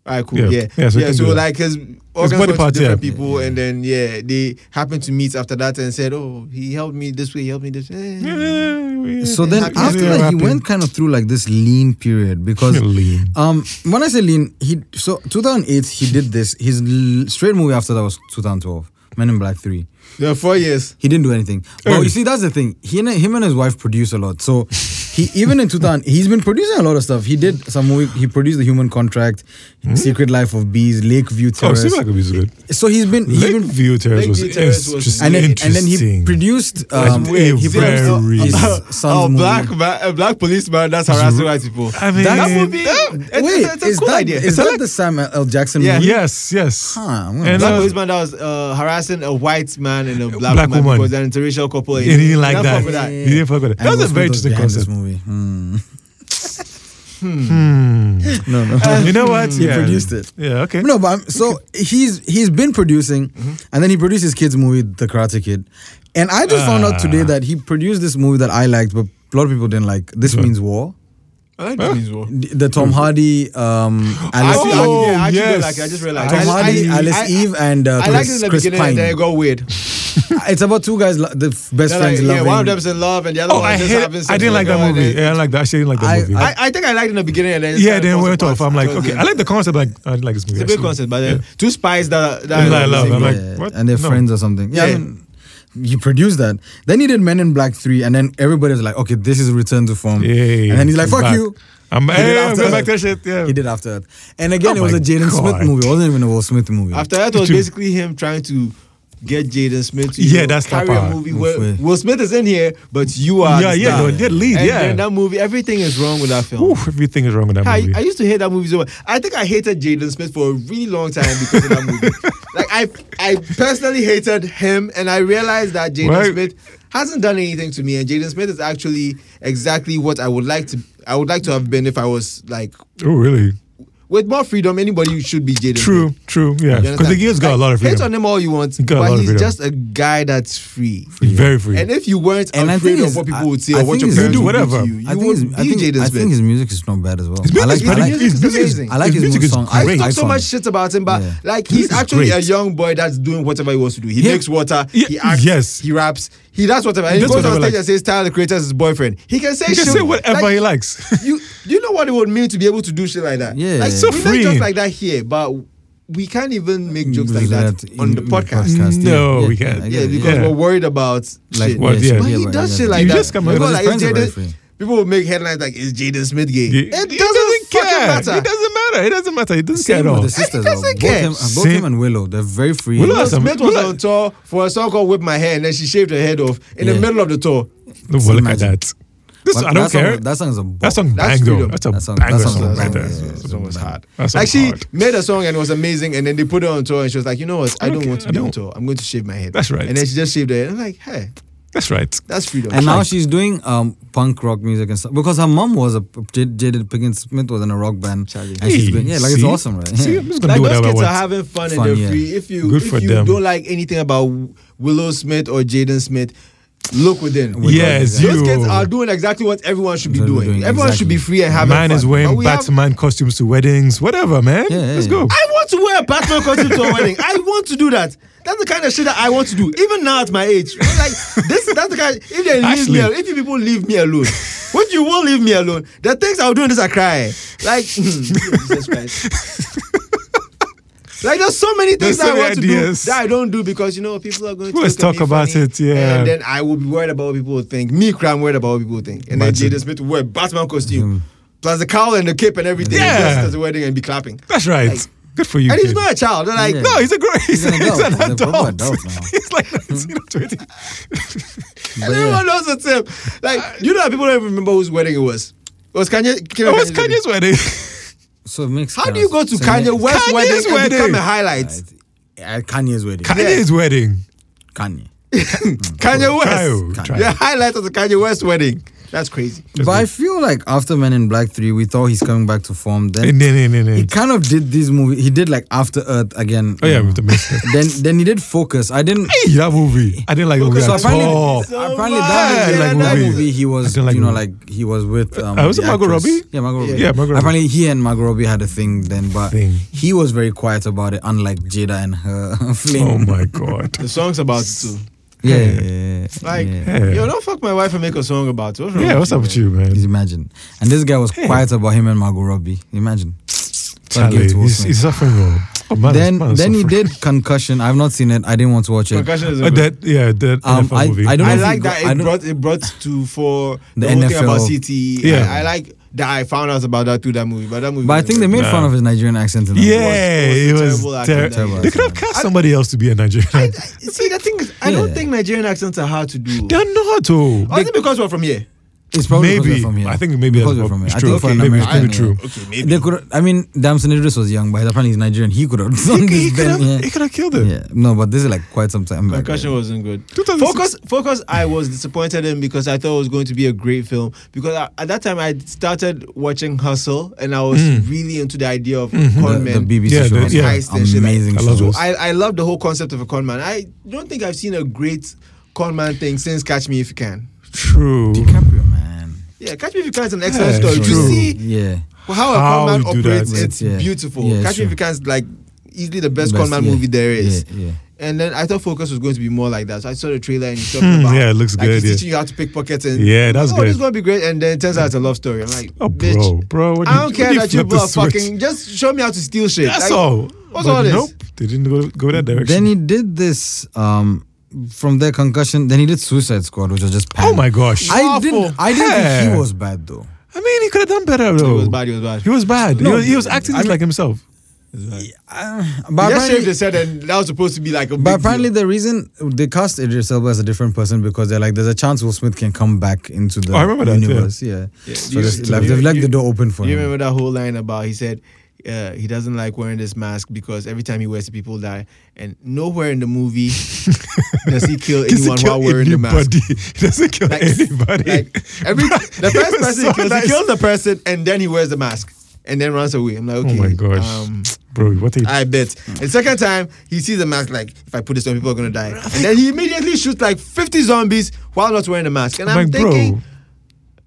S1: All right, cool.
S2: Yeah.
S1: Yeah, yeah.
S2: Yeah, so
S1: so,
S2: you can do that.
S1: like his organs
S2: body
S1: went to
S2: parts, yeah.
S1: different people, and then yeah, they happened to meet after that and said, "Oh, he helped me this way. He helped me this." way." Eh.
S2: Yeah,
S3: So then
S1: Happy
S3: after
S1: to
S3: that, he
S2: happy.
S3: went kind of through like this lean period because
S2: Lean.
S3: um when I say lean, he so 2008 he did this. His l- straight movie after that was 2012, Men in Black Three.
S1: Yeah, four years.
S3: He didn't do anything. But
S2: Early.
S3: you see, that's the thing. He and him and his wife produce a lot. So he even in 2000, he's been producing a lot of stuff. He did some movie. He produced The Human Contract, Secret Life of Bees, Lakeview
S2: Hmm? Oh,
S3: Terrace.
S2: Seabag is good.
S3: so he's been he's been
S2: Lakeview Terrace was
S1: Lakeview Terrace was
S2: interesting.
S3: and then, and then he produced um,
S2: That's a
S3: he
S2: very-
S3: produced his
S1: oh,
S3: son's movie.
S1: black man, a black policeman that's harassing white people.
S2: I mean,
S1: that would be. Oh, it's,
S3: Wait,
S1: it's a
S3: is
S1: cool
S3: that,
S1: idea.
S3: is that the Samuel L. Jackson
S1: Yeah.
S3: movie?
S2: yes, yes.
S3: Huh, well,
S2: and
S1: black
S2: uh,
S1: policeman that was uh, harassing a white man and a black,
S2: Black
S1: woman
S2: woman.
S1: because they're an interracial couple.
S2: he didn't like
S1: Enough
S2: that.
S1: of that.
S2: He didn't fuck with it.
S3: And
S2: That was a
S3: Will
S2: very
S3: Smith
S2: interesting
S3: behind this
S2: concept.
S3: movie. Hmm.
S1: Hmm.
S3: No, no.
S1: Uh,
S2: You know what?
S3: He produced it.
S2: Yeah, okay.
S3: No, but I'm, so he's he's been producing,
S1: Mm-hmm.
S3: and then he produced his kid's movie, The Karate Kid, and I just found out today
S2: Ah.
S3: that he produced this movie that I liked, but a lot of people didn't like. This means war.
S1: I like that means well.
S3: The the Tom Hardy, um, Alice,
S1: I,
S3: Eve,
S1: Mm-hmm. oh, I, actually
S2: yes.
S1: like it. I just realized.
S3: Tom
S1: I,
S3: Hardy,
S1: I,
S3: Alice
S1: I,
S3: Eve, and uh,
S1: I, liked it in
S3: Chris,
S1: the
S3: Chris
S1: beginning and then it
S3: Pine.
S1: got weird.
S3: It's about two guys, lo- the f- best
S1: They're like,
S3: friends,
S1: yeah,
S3: loving.
S1: one of them's in love and the other
S2: Oh,
S1: one
S2: I
S1: just
S2: hate.
S1: having sex.
S2: I didn't like
S1: with
S2: that
S1: the girl,
S2: movie.
S1: and
S2: Yeah, I like that. I actually didn't like
S3: I-
S2: that movie.
S3: I-
S1: I, I think I liked it in the beginning and then it
S2: yeah,
S1: started
S2: then it
S1: falling
S2: went
S1: apart
S2: off. I'm like,
S1: towards
S2: okay,
S1: the
S2: I
S1: end.
S2: like the concept. Like, I didn't like this movie.
S1: It's a big
S2: actually.
S1: concept, but
S2: Yeah.
S1: then two spies that that are
S2: And I
S1: in the
S2: love
S1: same
S2: them.
S1: room.
S2: like, what?
S3: and they're
S2: No.
S3: friends or something. Yeah, I
S1: Yeah.
S3: mean, you produce that. Then he did Men in Black Three, and then everybody was like, "Okay, this is return to form."
S2: Yeah,
S3: and then he's like,
S2: I'm
S3: "Fuck
S2: back.
S3: you."
S2: I'm,
S3: He did
S2: hey, I'm
S3: After
S2: going
S3: Earth.
S2: back to that shit. Yeah.
S3: He did after that, and again,
S2: Oh
S3: it was
S2: my
S3: a Jaden Smith
S2: God.
S3: movie. It wasn't even a Will Smith movie.
S1: After that was
S2: True.
S1: basically him trying to get Jaden Smith to
S2: Yeah,
S1: you know,
S2: that's
S1: carry
S2: the
S1: a
S2: part.
S1: movie
S3: Move
S1: where
S3: away.
S1: Will Smith is in here, but you are
S2: Yeah,
S1: the
S2: yeah,
S1: star.
S2: the- the lead,
S1: And
S2: yeah.
S1: then that movie, everything is wrong with that film.
S2: Ooh, everything is wrong with that
S1: I,
S2: movie.
S1: I used to hate that movie so much. I think I hated Jaden Smith for a really long time because of that movie. like I I personally hated him and I realized that Jaden
S2: Well-
S1: Smith hasn't done anything to me and Jaden Smith is actually exactly what I would like to I would like to have been if I was like
S2: oh, really?
S1: with more freedom anybody should be Jaden Smith.
S2: True, true.
S1: You
S2: Yeah, because the
S1: understand?
S2: game's got a
S1: Like,
S2: lot of
S1: Hate on
S2: freedom.
S1: him all you want,
S2: He got a lot
S1: but
S2: of
S1: he's
S2: freedom.
S1: just a guy that's free.
S2: Very free.
S1: And if you weren't
S3: And I
S1: afraid
S3: think
S1: of
S3: it's-
S1: what people
S3: I-
S1: would say
S3: I
S1: or what
S3: think
S1: your
S3: it's-
S1: parents
S2: Do
S1: would do
S2: whatever.
S1: to you,
S3: I
S1: you
S3: think, his,
S1: would
S3: I,
S1: be
S3: think,
S1: Jaden
S3: I think
S1: Smith.
S3: his music is not bad as well.
S2: His
S3: I like,
S2: music is
S3: I
S2: pretty-
S3: like,
S1: his
S2: his
S1: music is
S2: music is-
S1: amazing.
S3: I like his,
S2: music
S3: new
S2: is
S3: song.
S1: I
S2: great.
S1: talk so
S3: Icon.
S1: much shit about him, but
S3: Yeah.
S1: like
S2: He's
S1: he's actually
S2: great.
S1: a young boy that's doing whatever he wants to do. He
S3: Yeah.
S1: makes water,
S2: Yeah,
S1: he acts,
S2: yes.
S1: he raps, he does whatever. And he
S2: does
S1: goes on
S2: whatever,
S1: stage
S2: like-
S1: and says Tyler the Creator is his boyfriend. He can say
S2: He can
S1: shit.
S2: say whatever
S1: like,
S2: he likes.
S1: you you know what it would mean to be able to do shit like that.
S3: Yeah.
S1: like,
S3: It's so
S1: we
S2: free.
S1: make jokes like that here, but we can't even make jokes like that, on the
S3: in
S1: podcast.
S3: podcast, yeah,
S2: No,
S3: yeah,
S2: we can't.
S3: I get
S1: Yeah,
S3: it,
S1: because
S2: yeah.
S1: we're worried about
S3: Like,
S1: shit.
S2: What, yeah.
S1: But
S3: yeah,
S1: he
S3: but-
S1: does
S3: yeah,
S1: shit
S3: but-
S1: like
S2: You
S1: that.
S2: just come out-
S1: People
S2: Because
S1: are
S3: his
S1: like,
S3: friends are
S1: "Is
S3: very
S1: Jaden-"
S3: free.
S1: People will make headlines like, "Is Jaden Smith gay?"
S2: He-
S1: It doesn't, fucking matter.
S2: It doesn't matter. It doesn't matter. It doesn't care
S3: Same
S2: at all.
S3: with the sisters.
S1: doesn't
S3: though. Both,
S1: care.
S3: him, both
S2: Same-
S3: him and Willow, they're very free.
S2: Willow
S1: Will
S2: has some-
S1: Smith was
S2: Will-
S1: on tour for a song called Whip My Hair and then she shaved her head off in
S3: Yeah.
S1: the middle of the tour.
S2: No, but look at
S3: Imagine.
S2: that. This- I don't
S3: that song-
S2: care.
S3: that song is a
S2: That song
S1: That's
S2: banged though.
S1: freedom.
S2: That's a
S3: That song-
S2: banger
S3: that
S2: song
S3: song's-
S2: right
S3: that
S2: there.
S3: song-
S1: That song was hard.
S2: That song was
S1: Actually,
S2: hard.
S1: made a song and it was amazing, and then they put it on tour, and she was like, "You know what? I don't
S2: Okay,
S1: want to
S2: I
S1: be on
S2: don't-
S1: tour. I'm going to shave my head."
S2: That's right.
S1: And then she just shaved her head. I'm like, "Hey,
S2: That's right.
S1: that's freedom."
S3: And now she's doing um, punk rock music and stuff because her mom was a J- Jaded Pinkett Smith was in a rock band,
S1: Charlie.
S3: and she's
S2: Hey,
S3: been yeah, like it's
S2: see?
S3: awesome, right?
S2: See,
S3: Yeah.
S2: I'm just gonna
S1: like
S2: do
S1: those
S2: whatever I
S1: kids are
S2: want.
S1: having fun,
S3: Fun,
S1: and they're
S3: yeah.
S1: free. If you
S2: Good
S1: if
S2: for
S1: you
S2: them.
S1: don't like anything about Willow Smith or Jaden Smith, look within.
S2: Yes,
S1: Those
S2: you.
S1: kids are doing exactly what everyone should be
S3: That's what
S1: doing.
S3: we're doing,
S1: Everyone should
S3: exactly.
S1: be free and having fun.
S2: Man is
S1: But
S2: wearing
S1: we have-
S2: Batman costumes to weddings, whatever, man.
S3: Yeah, yeah,
S2: Let's
S3: yeah.
S2: go.
S1: I want to wear a Batman costume to a wedding. I want to do that. That's the kind of shit that I want to do, even now at my age. I'm Like this, that's the kind. If they leave
S2: Actually-
S1: me, alone, if you people leave me alone, when you won't leave me alone, the things I'll do in this, I cry. Like hmm, Jesus Christ. Like there's so many things
S2: There's so
S1: that I
S2: many
S1: want
S2: ideas.
S1: to do that I don't do because you know people are going to
S2: Let's
S1: look at
S2: talk
S1: me
S2: about
S1: funny,
S2: it, yeah.
S1: And then I will be worried about what people will think. Me, cry, I'm worried about what people will think. And
S2: Imagine.
S1: then
S2: Mm-hmm.
S1: Jaden Smith will wear Batman costume, plus the cowl and the cape and everything,
S2: Yeah.
S1: and dress as a wedding and be clapping.
S2: That's right. Good for you.
S1: And he's
S2: kid.
S1: not a child. They're like,
S3: Yeah.
S2: No, he's a grown. He's,
S3: He's an
S2: he's an
S3: adult. He's a proper
S2: adult.
S3: adult now.
S2: he's like 19 or 20.
S3: But yeah.
S1: everyone knows it's him. Like, you know, how people don't remember whose wedding it was. Uh, It was Kanye. Kim
S2: It was
S1: Kanye's wedding.
S2: Kanye's wedding.
S3: So it makes
S1: How
S3: kind
S1: do
S3: of
S1: you go to
S3: sense.
S1: Kanye West's
S2: Kanye's
S1: wedding, and
S2: wedding.
S1: become a highlight?
S3: At Kanye's wedding.
S2: Kanye's wedding.
S3: Kanye.
S1: Kanye
S2: Kyle,
S1: West.
S2: Kyle.
S1: The highlight of the Kanye West wedding. That's crazy.
S3: But I feel like after Men in Black Three, we thought he's coming back to form.
S2: No,
S3: Then
S2: no, no, no.
S3: he kind of did these movies. He did like After Earth again. Um,
S2: Oh, yeah, with the mistake.
S3: Then then he did Focus. I didn't.
S2: Hey, that movie. I didn't like the movie
S3: So
S2: at
S3: apparently,
S2: all.
S1: So
S3: apparently
S1: much.
S3: that, movie,
S1: I didn't
S3: that
S1: like
S3: movie he
S2: I
S3: was,
S2: didn't like
S3: you know,
S2: the
S3: like he was with. Um,
S2: Uh, was
S3: the
S2: it Margot
S3: actress.
S2: Robbie?
S3: Yeah, Margot Robbie.
S2: Yeah, Margot Robbie.
S3: Apparently, he and Margot Robbie had a thing then, but
S2: Thing.
S3: he was very quiet about it, unlike Jada and her fling.
S2: Oh my god.
S1: The song's about it too.
S3: Yeah, yeah, yeah, yeah.
S1: Like,
S3: yeah.
S2: Yeah.
S1: yo, don't fuck my wife and make a song about it. What's wrong
S2: Yeah, what's up
S1: man?
S2: with you,
S3: Just
S2: man?
S3: imagine. And this guy was quiet about him and Margot Robbie. Imagine. God
S2: Charlie,
S3: gave it to Will
S2: he's,
S3: Smith.
S2: he's suffering, bro. Oh, man,
S3: then
S2: man is
S3: then he
S2: suffering.
S3: did Concussion. I've not seen it. I didn't want to watch it.
S1: Concussion is a
S2: Uh,
S1: good-
S2: that yeah, that
S3: Um,
S2: NFL movie.
S3: I don't
S1: I
S3: Oh, know if
S1: like
S3: it
S1: that
S3: go- I
S1: it
S3: don't-
S1: brought it brought to for the,
S3: The
S1: whole thing about
S3: NFL.
S1: CTE.
S2: Yeah.
S1: I, I like that I found out about that through that movie. But that movie,
S3: But I
S1: wasn't
S3: think they
S1: very
S3: made
S1: good.
S3: fun of his Nigerian accent. in that
S2: yeah,
S3: movie.
S2: it
S1: it was
S2: was,
S1: a terrible
S2: ter-
S1: actor that
S3: he
S2: They could have
S3: was.
S2: cast somebody else to be a Nigerian.
S1: I, I- see, the thing is, I don't
S3: Yeah.
S1: think Nigerian accents are hard to do.
S2: They're not, oh.
S1: Only because we're from here.
S3: It's probably because
S2: Maybe.
S3: they're from here.
S2: I think maybe
S3: because
S2: that's
S3: they're from
S2: what- it's
S3: here. I
S2: true.
S3: think for
S2: Okay,
S3: an
S2: maybe it
S3: American,
S2: could be
S3: yeah.
S2: true.
S1: Okay,
S3: They could. I mean, Damson Idris was young, but apparently he's Nigerian. He could have done
S2: He
S3: this. then, yeah.
S2: could have killed him.
S3: Yeah. No, but this is like quite some time back.
S1: Concussion
S3: right?
S1: wasn't good.
S2: 2006.
S1: Focus, focus. I was disappointed in because I thought it was going to be a great film. Because I, at that time I started watching Hustle, and I was really into the idea of
S3: The,
S1: con
S3: Mm-hmm. the
S1: men.
S3: BBC
S2: Yeah,
S3: show.
S2: the-
S3: was
S2: yeah.
S1: Heist and shit like-
S3: Amazing.
S2: I love
S3: show.
S2: those.
S1: I, I love the whole concept of a con man. I don't think I've seen a great con man thing since Catch Me If You Can.
S2: True.
S3: DiCaprio, man.
S1: Yeah, Catch Me If You Can is an excellent
S2: Yeah,
S1: story.
S2: it's
S1: You
S2: true.
S1: see
S3: Yeah.
S1: how a
S2: How
S1: con man
S2: you do that.
S1: operates. It's
S3: Yeah.
S1: beautiful.
S3: Yeah,
S1: Catch Me If
S3: sure.
S1: You Can is like easily the best,
S3: Best,
S1: con man
S3: yeah.
S1: movie there is.
S3: Yeah. yeah.
S1: And then I thought Focus was going to be more like that. So I saw the trailer and he's
S2: Hmm,
S1: talking about
S2: yeah, it looks
S1: like
S2: good,
S1: He's
S2: yeah.
S1: teaching you how to pick pockets and
S2: Yeah, that's
S1: oh,
S2: good.
S1: this is gonna be great. And then it turns out it's a love story. I'm like,
S2: Oh,
S1: bitch,
S2: bro, bro. What
S1: I don't
S2: you, what
S1: care
S2: do
S1: that you
S2: flip the
S1: people are
S2: switch?
S1: fucking. Just show me how to steal shit.
S2: That's
S1: Like,
S2: all.
S1: what's
S2: But
S1: all this?
S2: Nope. They didn't go, go that direction.
S3: Then he did this. Um, from their concussion, then he did Suicide Squad, which was just.
S2: oh
S3: panic.
S2: my gosh. I,
S3: I
S1: Awful.
S3: didn't. I didn't think
S2: Yeah.
S3: he was bad though.
S2: mean, he could have done better
S1: It
S2: though.
S1: was bad. It was bad.
S2: He was bad.
S3: No,
S2: he, was, he was acting
S3: I mean-
S2: like himself.
S3: Uh,
S1: He
S3: but
S1: just shaved
S3: apparently,
S1: his head, and that was supposed to be like a. Big
S3: but apparently
S1: deal.
S3: the reason they cast Idris Elba as a different person because they're like, there's a chance Will Smith can come back into the
S2: Oh, I remember that, yeah.
S3: universe. Yeah. So
S1: you-
S3: they've
S1: do
S3: left,
S1: you-
S3: they've left
S1: you-
S3: the door open for
S1: Do you
S3: him.
S1: remember that whole line about he said. Uh, he doesn't like wearing this mask because every time he wears it, people die. And nowhere in the movie does he kill
S2: Does he
S1: anyone while
S2: kill
S1: wearing the mask.
S2: anybody? He doesn't kill
S1: Like-
S2: anybody.
S1: Like every the
S2: He
S1: first
S2: was
S1: person
S2: so
S1: he kills,
S2: nice.
S1: he kills the person and then he wears the mask and then runs away. I'm like, okay,
S2: Oh my gosh,
S1: um,
S2: bro! What a
S1: I bet. And second time he sees the mask, like if I put this on, people are gonna die. And then he immediately shoots like 50 zombies while not wearing a mask. And I'm
S2: like,
S1: thinking,
S2: bro!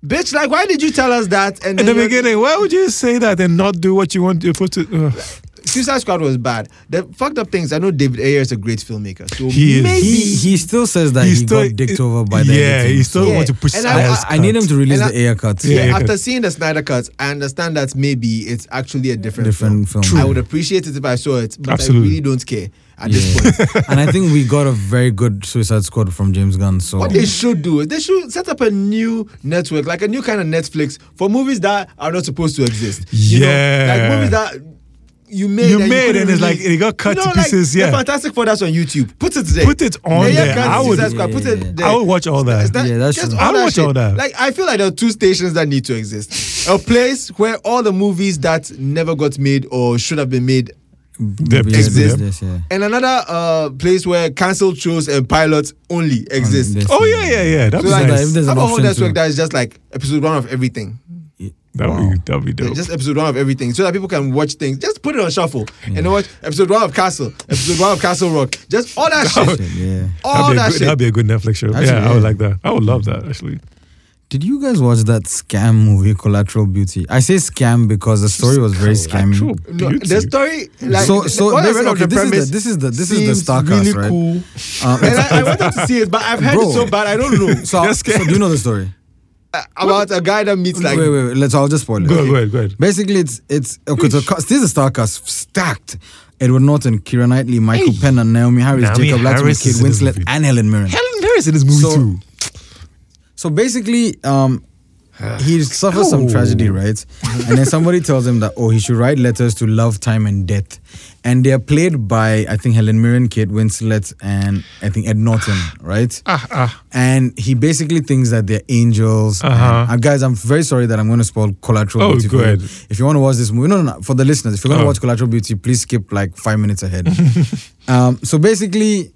S1: bitch, like why did you tell us that? And
S2: In the
S1: then you're-
S2: beginning, why would you say that and not do what you want? You're supposed to. uh, Ugh.
S1: Suicide Squad was bad. The fucked up things. I know David Ayer is a great filmmaker, so
S2: He is.
S1: maybe.
S3: He he still says that
S2: He's
S3: he
S2: still-
S3: got dicked over by the
S2: yeah,
S3: editing,
S2: he still
S3: so-
S1: Yeah.
S2: wants to push
S1: And I-
S2: Snyder's
S3: I, I need
S2: cut.
S3: him to release
S1: And
S3: the air cut.
S1: yeah,
S2: Yeah, yeah,
S1: after
S2: good.
S1: seeing the Snyder cuts, I understand that maybe it's actually a different,
S3: Different film.
S1: I
S3: True.
S1: would appreciate it if I saw it, but I
S2: Absolutely.
S1: really don't care at this point.
S3: Yeah. and I think we got a very good Suicide Squad from James Gunn. So
S1: What they should do is they should set up a new network, like a new kind of Netflix for movies that are not supposed to exist. You know,
S2: Yeah.
S1: like movies that you made
S2: You
S1: and
S2: made
S1: couldn't
S2: and it's
S1: release.
S2: like, it got cut
S1: You know,
S2: to pieces,
S1: like,
S2: yeah.
S1: The fantastic four that's on YouTube. Put it there.
S2: Put it on
S1: yeah,
S2: there.
S1: Can't
S2: I
S1: Jesus
S2: would-
S1: Christ, Put
S3: Yeah.
S1: it there.
S2: I would watch all that.
S1: Is that-
S3: Yeah, that's
S1: just
S3: true.
S1: all
S2: I would watch
S1: shit.
S2: all that.
S1: Like I feel like there are two stations that need to exist. A place where all the movies that never got made or should have been made
S2: They
S1: exist.
S3: Yes, yeah.
S1: and another uh, place where cancelled shows and pilots only exist.
S3: yes.
S2: Oh yeah, yeah, yeah. That'd
S1: So
S2: be
S1: like,
S3: nice. If
S2: nice.
S3: there's an
S1: I'm on
S3: option
S1: that
S3: to-
S1: that is just like episode one of everything.
S2: That'd
S3: Wow.
S2: be that'd be
S1: Yeah,
S2: dope.
S1: Just episode one of everything, so that people can watch things. Just put it on shuffle and then watch episode one of Castle, episode one of Castle Rock. Just all that shit,
S3: Shit, yeah.
S1: all
S2: that'd, be a
S1: that
S2: good,
S1: shit.
S2: that'd be a good Netflix show.
S3: Actually,
S2: yeah, I
S3: yeah.
S2: would like that. I would love that actually.
S3: Did you guys watch that scam movie, Collateral Beauty? I say scam because the story was very
S2: True.
S3: scammy.
S1: No,
S2: Beauty.
S1: the story, like,
S3: So- so
S1: what I
S3: this-
S1: read of
S3: okay,
S1: the
S3: this is the-
S1: premise
S3: this is the- this is the
S1: seems
S3: star cast,
S1: really
S3: right?
S1: cool.
S3: Um,
S1: and I, I wanted to see it, but I've heard
S3: Bro.
S1: it so bad, I don't know
S3: so,
S2: You're
S3: so
S2: scared.
S3: do you know the story?
S1: Uh, about a guy that meets like
S3: wait, wait, wait. Let's. I'll just spoil it.
S2: Go ahead, go ahead, go ahead.
S3: Basically, it's it's okay. So ca- this is a star cast stacked. Edward Norton, Kira Knightley, Michael Penn, and Naomi Harris,
S2: Naomi
S3: Jacob Latimore,
S2: Harris
S3: Kate
S2: is in this
S3: Winslet,
S2: movie.
S3: and Helen Mirren.
S2: Helen Mary's in this movie
S3: So-
S2: too.
S3: So basically, um, he suffers some
S2: Ow.
S3: tragedy, right? and then somebody tells him that oh, he should write letters to love, time, and death, and they are played by I think Helen Mirren, Kate Winslet, and I think Ed Norton, right?
S2: Ah, ah.
S3: And he basically thinks that they're angels. and-
S2: Uh-huh.
S3: uh, guys, I'm very sorry that I'm going to spoil Collateral
S2: Oh,
S3: Beauty. for you.
S2: good.
S3: If you want to watch this movie, no, no, no. For the listeners, if you're going to
S2: Oh.
S3: watch Collateral Beauty, please skip like five minutes ahead. um, so basically,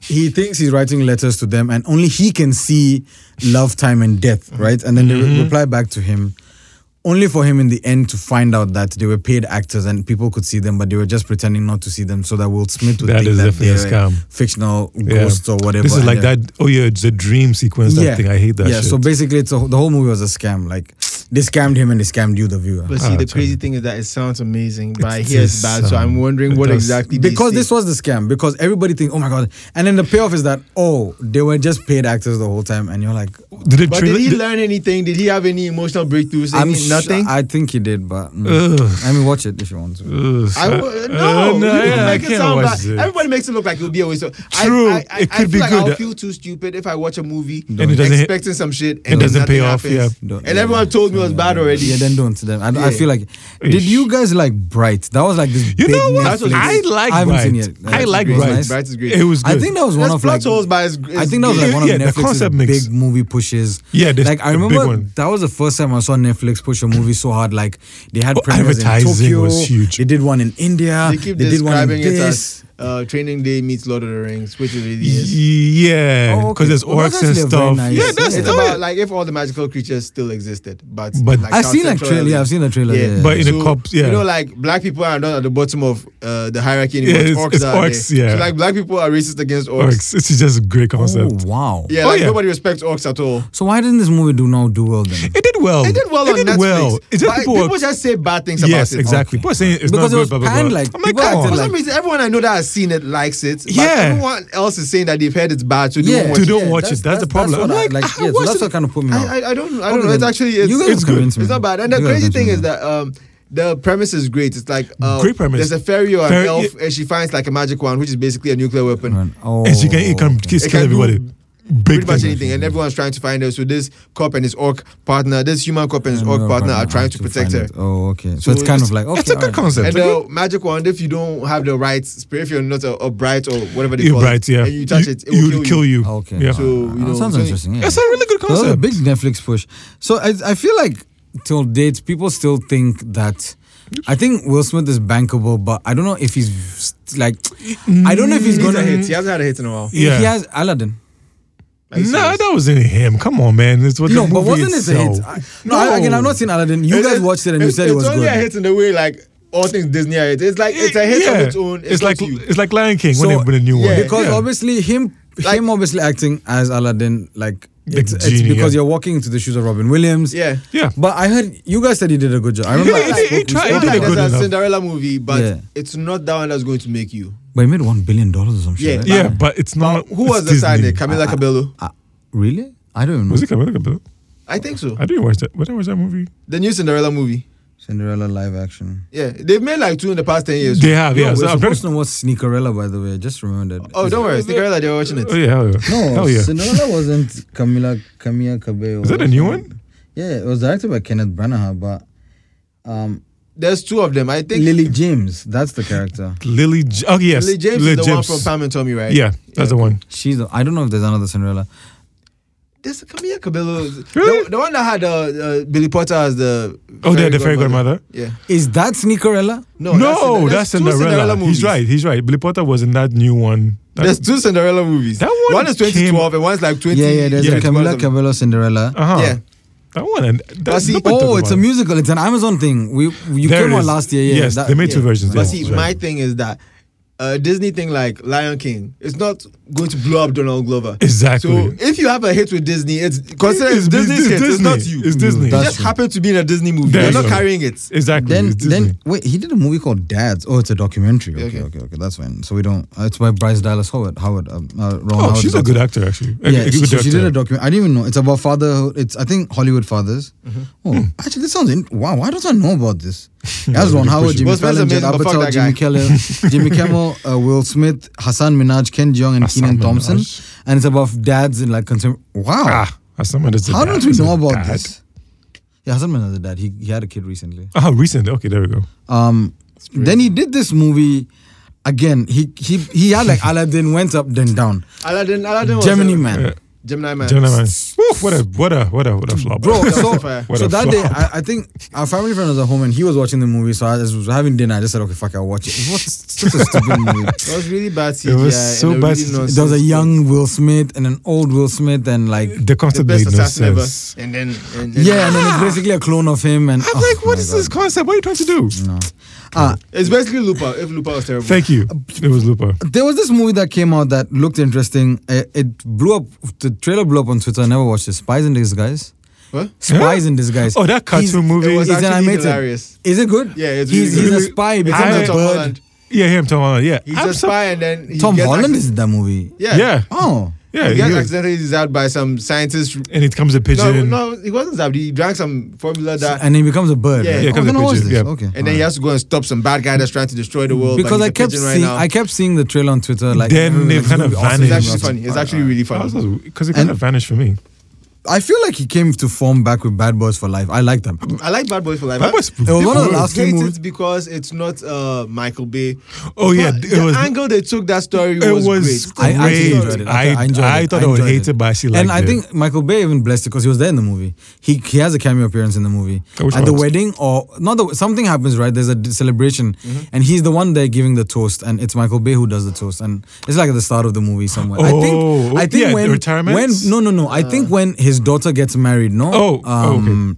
S3: he thinks he's writing letters to them, and only he can see love, time, and death, right? And then they
S2: Mm-hmm.
S3: re- reply back to him. Only for him in the end to find out that they were paid actors and people could see them, but they were just pretending not to see them so that Will Smith would
S2: That
S3: think
S2: is
S3: that
S2: definitely
S3: they're
S2: a scam.
S3: fictional
S2: Yeah.
S3: ghosts or whatever.
S2: This is
S3: and
S2: like
S3: they're-
S2: that. Oh yeah, it's a dream sequence. That thing. I hate that.
S3: yeah,
S2: shit.
S3: so basically, it's a, the whole movie was a scam. Like they scammed him and they scammed you, the viewer.
S1: But see,
S2: Ah,
S1: the
S2: Charlie.
S1: crazy thing is that it sounds amazing, but I
S2: It
S1: hear it's
S2: is,
S1: bad. So
S2: um,
S1: I'm wondering
S2: it
S1: what
S2: does.
S1: exactly they
S3: because
S1: say.
S3: this was the scam. Because everybody thinks, oh my god, and then the payoff is that oh they were just paid actors the whole time, and you're like,
S2: did it
S1: But
S2: trailer-
S1: did he
S2: did-
S1: learn anything? Did he have any emotional breakthroughs?
S3: I'm
S1: Any,
S3: sh-
S1: nothing.
S3: I think he did, but mm.
S2: Ugh.
S3: I mean, watch it if you want to.
S2: Ugh,
S1: I
S2: so-
S1: w-
S2: uh,
S1: no, you
S2: yeah, I
S1: make it
S2: can't
S1: sound
S2: watch
S1: bad.
S2: it.
S1: Everybody makes it look like it'll be a waste. of- I-
S2: True,
S1: I, I,
S2: it
S1: I
S2: could be
S1: feel like
S2: good.
S1: I'll feel too stupid if I watch a movie
S2: And it doesn't hit-
S1: expecting some shit and
S2: it doesn't
S1: then nothing
S2: pay off,
S1: happens.
S2: yeah.
S3: Don't-
S1: And
S3: yeah,
S1: everyone told me it was
S3: yeah,
S1: bad
S3: yeah.
S1: already.
S3: Yeah, then don't. Then I,
S1: Yeah.
S3: I feel like. Did
S2: Ish.
S3: you guys like Bright? That was like this.
S2: You
S3: big
S2: know what?
S3: Netflix.
S2: I like
S3: I haven't seen it.
S2: Bright.
S3: yet.
S2: I
S3: It's
S2: like
S3: great. It's
S2: Bright.
S3: nice.
S1: Bright is great.
S2: It was good.
S3: I think that was one
S1: There's
S3: of like
S1: plot holes, but it's-
S3: I
S1: it's
S3: think that was like
S2: good.
S3: one of
S2: Yeah, the
S3: Netflix's
S2: concept mix.
S3: big movie pushes.
S2: Yeah, this-
S3: like I
S2: the big
S3: remember
S2: one.
S3: that was the first time I saw Netflix push a movie so hard. Like they had
S2: Oh,
S3: premieres in
S2: advertising
S3: Tokyo.
S2: was huge.
S3: They did one in India.
S1: They keep
S3: Ah, did one in
S1: describing it
S3: this.
S1: as uh, Training Day meets Lord of the Rings, which it really is.
S2: Yeah, because
S3: Oh, okay.
S2: there's
S3: Well, that's
S2: orcs and
S3: actually a very
S2: stuff.
S3: nice-
S2: Yeah, that's
S1: It's
S3: Yeah.
S2: oh,
S1: about
S2: yeah.
S1: like if all the magical creatures still existed, but
S2: But-
S1: like,
S3: I've
S1: South
S3: seen like
S1: Central
S3: trailer.
S1: LA.
S3: Yeah, I've seen the trailer. Yeah,
S2: But in a
S1: So,
S2: cop- yeah.
S1: You know, like black people are not at the bottom of uh, the hierarchy anymore.
S2: Yeah,
S1: it's,
S2: it's-
S1: orcs
S2: it's
S1: that are
S2: orcs,
S1: there.
S2: yeah.
S1: So like black people are racist against orcs.
S2: orcs. It's just a great
S3: oh
S2: concept.
S3: wow.
S1: Yeah,
S2: Oh,
S1: like
S2: yeah.
S1: nobody respects orcs at all.
S3: So why didn't this movie do now do well then?
S2: It Oh. did well.
S1: It did well on Netflix.
S2: well. It's just
S1: but
S2: people.
S1: people,
S2: were-
S1: just say bad things about
S2: yes,
S1: it.
S2: exactly. People are saying it's
S3: Because it
S2: not good.
S3: was
S2: Blah blah
S3: panned
S2: blah.
S3: like-
S2: I'm like,
S3: people
S2: come
S3: acted
S2: on.
S1: For
S3: like-
S1: some reason, everyone I know that has seen it likes it. But
S2: Yeah.
S1: everyone else is saying that they've heard it's bad, so they
S3: Yeah,
S1: don't
S2: To
S1: watch
S2: do-
S1: it.
S2: don't watch it. That's the problem.
S3: what
S2: I'm
S3: I-
S2: like,
S3: like,
S2: I
S3: yeah, so
S2: watched
S3: that's what
S2: it.
S3: kind of put me out.
S1: I, I, I don't I
S3: Okay,
S1: don't know. It's
S3: then.
S1: actually
S3: You
S1: it's,
S3: guys
S1: it's
S3: have convinced me.
S1: It's not bad. And the
S3: You guys
S1: crazy
S3: have
S1: thing is
S3: convinced me.
S1: that um the premise is great. It's like uh,
S2: Great premise.
S1: There's a fairy or an
S2: Fairy-
S1: elf, and she finds like a magic wand, which is basically a nuclear weapon.
S3: Man, Oh,
S2: And she can it can
S3: okay.
S2: kiss
S1: It
S2: kill
S1: can do
S2: everybody. Big
S1: Pretty much
S2: thing.
S1: anything, and everyone's trying to find her. So this cop and his orc partner, this human cop and his
S3: And
S1: orc
S3: your
S1: partner are trying
S3: has
S1: to protect
S3: find
S1: her.
S3: it. Oh, okay. So,
S1: So
S3: it's kind
S1: it's-
S3: of like okay,
S2: It's a
S3: alright.
S2: good concept.
S1: And the magic wand, if you don't have the right spirit, if you're not a, a bright or whatever they
S2: You're
S1: call
S2: right.
S1: it,
S2: Yeah,
S1: and you touch it, it
S2: you
S1: will
S2: would
S1: kill
S2: kill you.
S3: Okay.
S2: Yeah.
S1: So, you
S3: Ah,
S1: know,
S3: sounds
S1: so-
S3: interesting. Yeah.
S2: That's a really good
S3: That was a
S2: concept.
S3: big Netflix push. So I, I feel like till date people still think that. I think Will Smith is bankable, but I don't know if he's like. I don't know if he's
S1: He's a
S3: gonna.
S1: hit. He hasn't had a hit in a while.
S2: Yeah.
S3: He has Aladdin.
S1: Are you
S2: Nah,
S1: serious?
S2: that wasn't him. Come on, man. It's what
S3: no,
S2: the movie
S3: but wasn't it a
S2: itself.
S3: hit? I, no, I- again, I've not seen Aladdin. You
S1: It's-
S3: guys
S1: it's-
S3: watched it and you
S1: it's-
S3: said it was
S1: It's only a
S3: good.
S1: hit in the way like all things Disney are hits. It's like it's a hit
S2: Yeah.
S1: on its own. It's,
S2: like
S1: not you.
S2: it's like Lion King when
S3: So-
S2: they put a new one.
S1: Yeah.
S3: because
S2: yeah.
S3: obviously him
S1: Like-
S3: him obviously acting as Aladdin like
S2: The
S3: it's, it's
S2: genie,
S3: because
S2: yeah.
S3: you're walking into the shoes of Robin Williams.
S1: Yeah.
S2: Yeah.
S3: But I heard you guys said he did a good job. I remember
S2: Yeah,
S3: I
S2: he did- he
S3: spoke- we
S2: tried-
S3: spoke
S2: he did
S1: like
S2: a
S1: there's
S3: about
S2: good
S3: it.
S1: a
S2: enough.
S1: Cinderella movie, but
S3: Yeah.
S1: it's not that one that's going to make you.
S3: But he made one billion dollars or some shit.
S1: Yeah.
S3: right?
S2: yeah, but it's not.
S1: Who was
S2: it's
S1: the side
S2: Disney.
S1: there? Camila Cabello.
S3: Uh, really? I don't even know.
S2: Was it Camila Cabello?
S1: I think so.
S2: I didn't watch that. What was that movie?
S1: The new Cinderella movie.
S3: Cinderella live action.
S1: Yeah, they've made like two in the past ten years.
S2: They have, Oh, yeah.
S3: Yo,
S2: so
S3: we're
S2: I'm trying
S3: supposed
S2: to-
S3: to know what's Sneakerella, by the way. I just remembered.
S1: Oh, don't worry, Cinderella. They were watching it.
S2: Oh yeah, hell yeah.
S3: No,
S2: hell yeah.
S3: Cinderella wasn't Camila Camilla Cabello.
S2: Is that a new one?
S3: Yeah, it was directed by Kenneth Branagh, but um,
S1: There's two of them. I think
S3: Lily James, that's the character.
S2: Lily. J- oh yes,
S1: Lily James
S2: Lily
S1: is the
S2: James.
S1: one from Pam and Tommy, right?
S2: Yeah, that's the one.
S3: She's. The, I don't know if there's another Cinderella.
S1: This Camilla Cabello,
S2: Really?
S1: the, the one that had uh, uh, Billy Potter as the
S2: Oh, the- the fairy godmother?
S1: Yeah,
S3: is that Sneakerella?
S1: no,
S2: no,
S1: that's,
S2: that's,
S1: two
S2: Cinderella.
S1: movies.
S2: He's right. He's right. Billy Potter was in that new one. That-
S1: There's two Cinderella movies.
S2: That one
S1: one is
S2: came-
S1: 2012 and one's like 20.
S3: Yeah, yeah. There's
S2: Yeah,
S3: a
S2: it's
S3: Camilla
S1: one of them.
S3: Cabello Cinderella.
S2: uh-huh.
S1: oh yeah.
S2: That one. And
S1: But
S2: that's
S1: see-
S3: oh, it's a musical. It's an Amazon thing. We you
S2: There
S3: came
S2: it
S3: on
S2: is.
S3: last year. Yeah,
S2: Yes, they made two
S1: yeah.
S2: versions.
S1: But
S2: yeah.
S1: see,
S2: Sorry.
S1: my thing is that uh, Disney thing like Lion King, it's not going to blow up Donald Glover.
S2: Exactly.
S1: So if you have a hit with Disney, it's consider
S2: It's-
S1: it's, Disney's
S2: it's
S1: hit. It's
S2: Disney.
S1: not you.
S2: It's Disney.
S1: You
S3: Mm, That's
S1: just
S3: true.
S1: happen to be in a Disney movie.
S2: There
S1: You're
S2: you
S1: not
S2: go.
S1: carrying it.
S2: exactly.
S3: Then,
S2: it's Disney.
S3: then wait, he did a movie called Dads. Oh, it's a documentary. Okay,
S1: Yeah, okay.
S3: okay, okay, that's fine. So we don't. Uh, it's by Bryce Dallas Howard. Howard. Um, uh, Ron
S2: oh,
S3: Howard's
S2: she's a
S3: daughter.
S2: good actor actually. A-
S3: Yeah,
S2: a
S3: she,
S2: good
S3: so she did
S2: director.
S3: a document. I didn't even know. It's about fatherhood. It's I think Hollywood fathers.
S2: Mm-hmm.
S3: Oh,
S2: Hmm.
S3: actually, this sounds in- wow. Why don't I know about this? That's Ron Howard, Jimmy
S1: Will Smith's
S3: Fallon, Judd
S1: amazing, but fuck
S3: Apatow,
S1: that
S3: Jimmy
S1: guy.
S3: Kimmel, Jimmy Kimmel, uh, Will Smith, Hassan Minaj, Ken Jeong, and
S2: Hassan
S3: Keenan Thompson.
S2: Minhaj.
S3: And it's about dads in like contemporary. Wow.
S2: Ah, as someone that's a
S3: How
S2: dad,
S3: don't we
S2: is a
S3: know about
S2: dad.
S3: this? Yeah, Hassan Minhaj is a dad. He he had a kid recently.
S2: Ah, recent. Okay, there we go.
S3: Um, then he did this movie. Again, he he he had like Aladdin went up then down.
S1: Aladdin, Aladdin was
S3: Gemini
S1: a-
S3: man.
S2: Yeah.
S1: Gemini man.
S2: Gemini Man. Woof, what a what a what a what a flop.
S3: Bro, so,
S1: fire.
S2: What
S3: so
S2: a
S3: that
S2: flop.
S3: day, I, I think our family friend was at home and he was watching the movie. So I just was having dinner. I just said, okay, fuck, it, I'll watch it. What such a stupid movie.
S1: It was really bad CGI.
S2: It was
S1: and
S2: so
S1: a
S2: bad
S1: Really
S2: CGI.
S1: nonsense
S3: There was a
S1: story.
S3: young Will Smith and an old Will Smith and like,
S2: the
S1: the
S2: concept
S1: best
S2: made no
S1: assassin ever.
S2: sense.
S1: And then, and, and
S3: yeah, and then it's basically a clone of him. And
S2: I'm
S3: oh
S2: like, what
S3: my
S2: is this
S3: God.
S2: concept? What are you trying to do?
S3: No. Ah,
S1: it's basically Lupa. If Lupa was terrible,
S2: Thank
S3: Uh,
S2: you. It was Lupa.
S3: there was this movie that came out that looked interesting. It, it blew up. The trailer blew up on Twitter. I never watched it. Spies in Disguise.
S1: What?
S3: Spies
S2: Huh?
S3: in Disguise.
S2: Oh, that cartoon
S3: He's-
S2: movie.
S1: It was
S3: He's an
S1: actually
S3: animated.
S1: hilarious.
S3: Is it good?
S1: Yeah, it's
S3: he's,
S1: really
S3: he's a
S1: good.
S3: spy. He
S1: It's
S3: becomes
S1: not
S2: I-
S3: a
S1: Tom
S3: bird.
S1: Holland.
S2: yeah, him, Tom Holland. Yeah,
S1: He's
S2: I'm
S1: a
S2: so-
S1: spy, and then he
S3: Tom
S1: gets
S3: Holland
S1: acc-
S3: is in that movie.
S1: Yeah.
S2: Yeah,
S3: Oh.
S2: yeah.
S1: he gets
S2: you-
S1: accidentally zapped by some scientist.
S2: and it comes a
S1: No,
S2: pigeon.
S1: no, he wasn't zapped. He drank some formula
S3: So-
S1: that,
S3: and he becomes a bird.
S1: Yeah.
S3: right?
S1: Yeah,
S2: becomes
S3: oh,
S2: a
S3: then I watched
S2: pigeon,
S3: this.
S2: yeah.
S3: Okay.
S1: and then he
S3: alright.
S1: has to go and stop some bad guy that's trying to destroy the world.
S3: because
S1: but he's
S3: I
S1: a
S3: kept
S1: pigeon right
S3: seeing,
S1: now.
S3: I kept seeing the trailer on Twitter. Like
S2: Then
S3: mm,
S2: they've
S3: it's
S2: kind of
S3: gonna be awesome.
S1: It's
S2: vanished.
S1: actually funny. It's actually really funny.
S2: Because it kind
S3: And-
S2: of vanished for me.
S3: I feel like he came to form back with Bad Boys for Life. I like them.
S1: I like Bad Boys for Life.
S2: That was-
S1: I-
S3: was one of the
S1: People
S3: last few
S1: hate
S3: movies-
S1: it because it's not uh, Michael Bay.
S2: Oh, yeah,
S1: But
S2: it
S1: the
S2: was-
S1: angle they took that story
S2: It
S1: was,
S2: was
S1: great.
S3: I actually
S2: Great.
S3: enjoyed it. I,
S2: I-
S3: I enjoyed
S2: I
S3: it.
S2: thought I would
S3: enjoyed
S2: hate it, but I actually
S3: And I
S2: liked it.
S3: think Michael Bay even blessed it because he was there in the movie. He he has a cameo appearance in the movie
S2: Which
S3: at the
S2: one?
S3: wedding or not. The, something happens right. There's a d- celebration,
S2: Mm-hmm.
S3: and he's the one there giving the toast, and it's Michael Bay who does the toast, and it's like at the start of the movie somewhere. I think
S2: Oh,
S3: I think
S2: yeah, the
S3: when
S2: retirement?
S3: when no no no. I think when his daughter gets married. No. Um,
S2: Oh, oh, okay.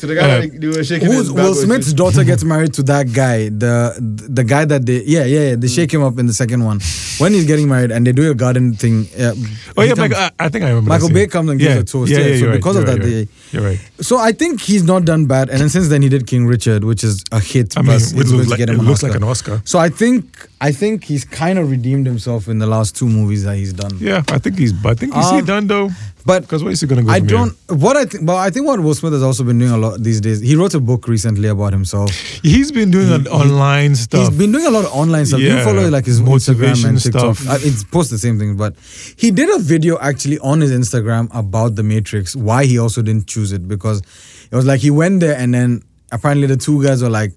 S1: To the guy
S2: Uh,
S1: that they were shaking
S3: Who's
S1: his Bad
S3: Will
S1: Boys
S3: Smith's
S1: with.
S3: daughter gets married to that guy, the the guy that they yeah yeah, yeah they shake him up in the second one when he's getting married and they do a garden thing. Uh,
S2: Oh
S3: he
S2: yeah,
S3: comes-
S2: Michael, I, I think I remember. that
S3: Michael
S2: scene.
S3: Bay comes and gives a toast, yeah, so
S2: you're
S3: because of
S2: you're
S3: that,
S2: you're you're right.
S3: So I think he's not done bad, and then since then he did King Richard, which is a hit.
S2: I mean,
S3: plus
S2: it
S3: it's
S2: looks
S3: going to
S2: like-
S3: get him
S2: it looks like an Oscar.
S3: So I think I think he's kind of redeemed himself in the last two movies that he's done.
S2: Yeah, I think he's. But I think is he
S3: Um,
S2: done though?
S3: But
S2: Because where is he gonna go?
S3: I
S2: from
S3: don't. What I think, but I think what Will Smith has also been doing a lot these days. He wrote a book recently about himself.
S2: Here? He's been doing an online stuff.
S3: He's been doing a lot of online stuff. You
S2: Yeah.
S3: follow like his Instagram
S2: Motivation
S3: and TikTok.
S2: stuff.
S3: Uh, It's post the same thing, but he did a video actually on his Instagram about the Matrix. Why he also didn't choose it because it was like he went there and then apparently the two guys were like,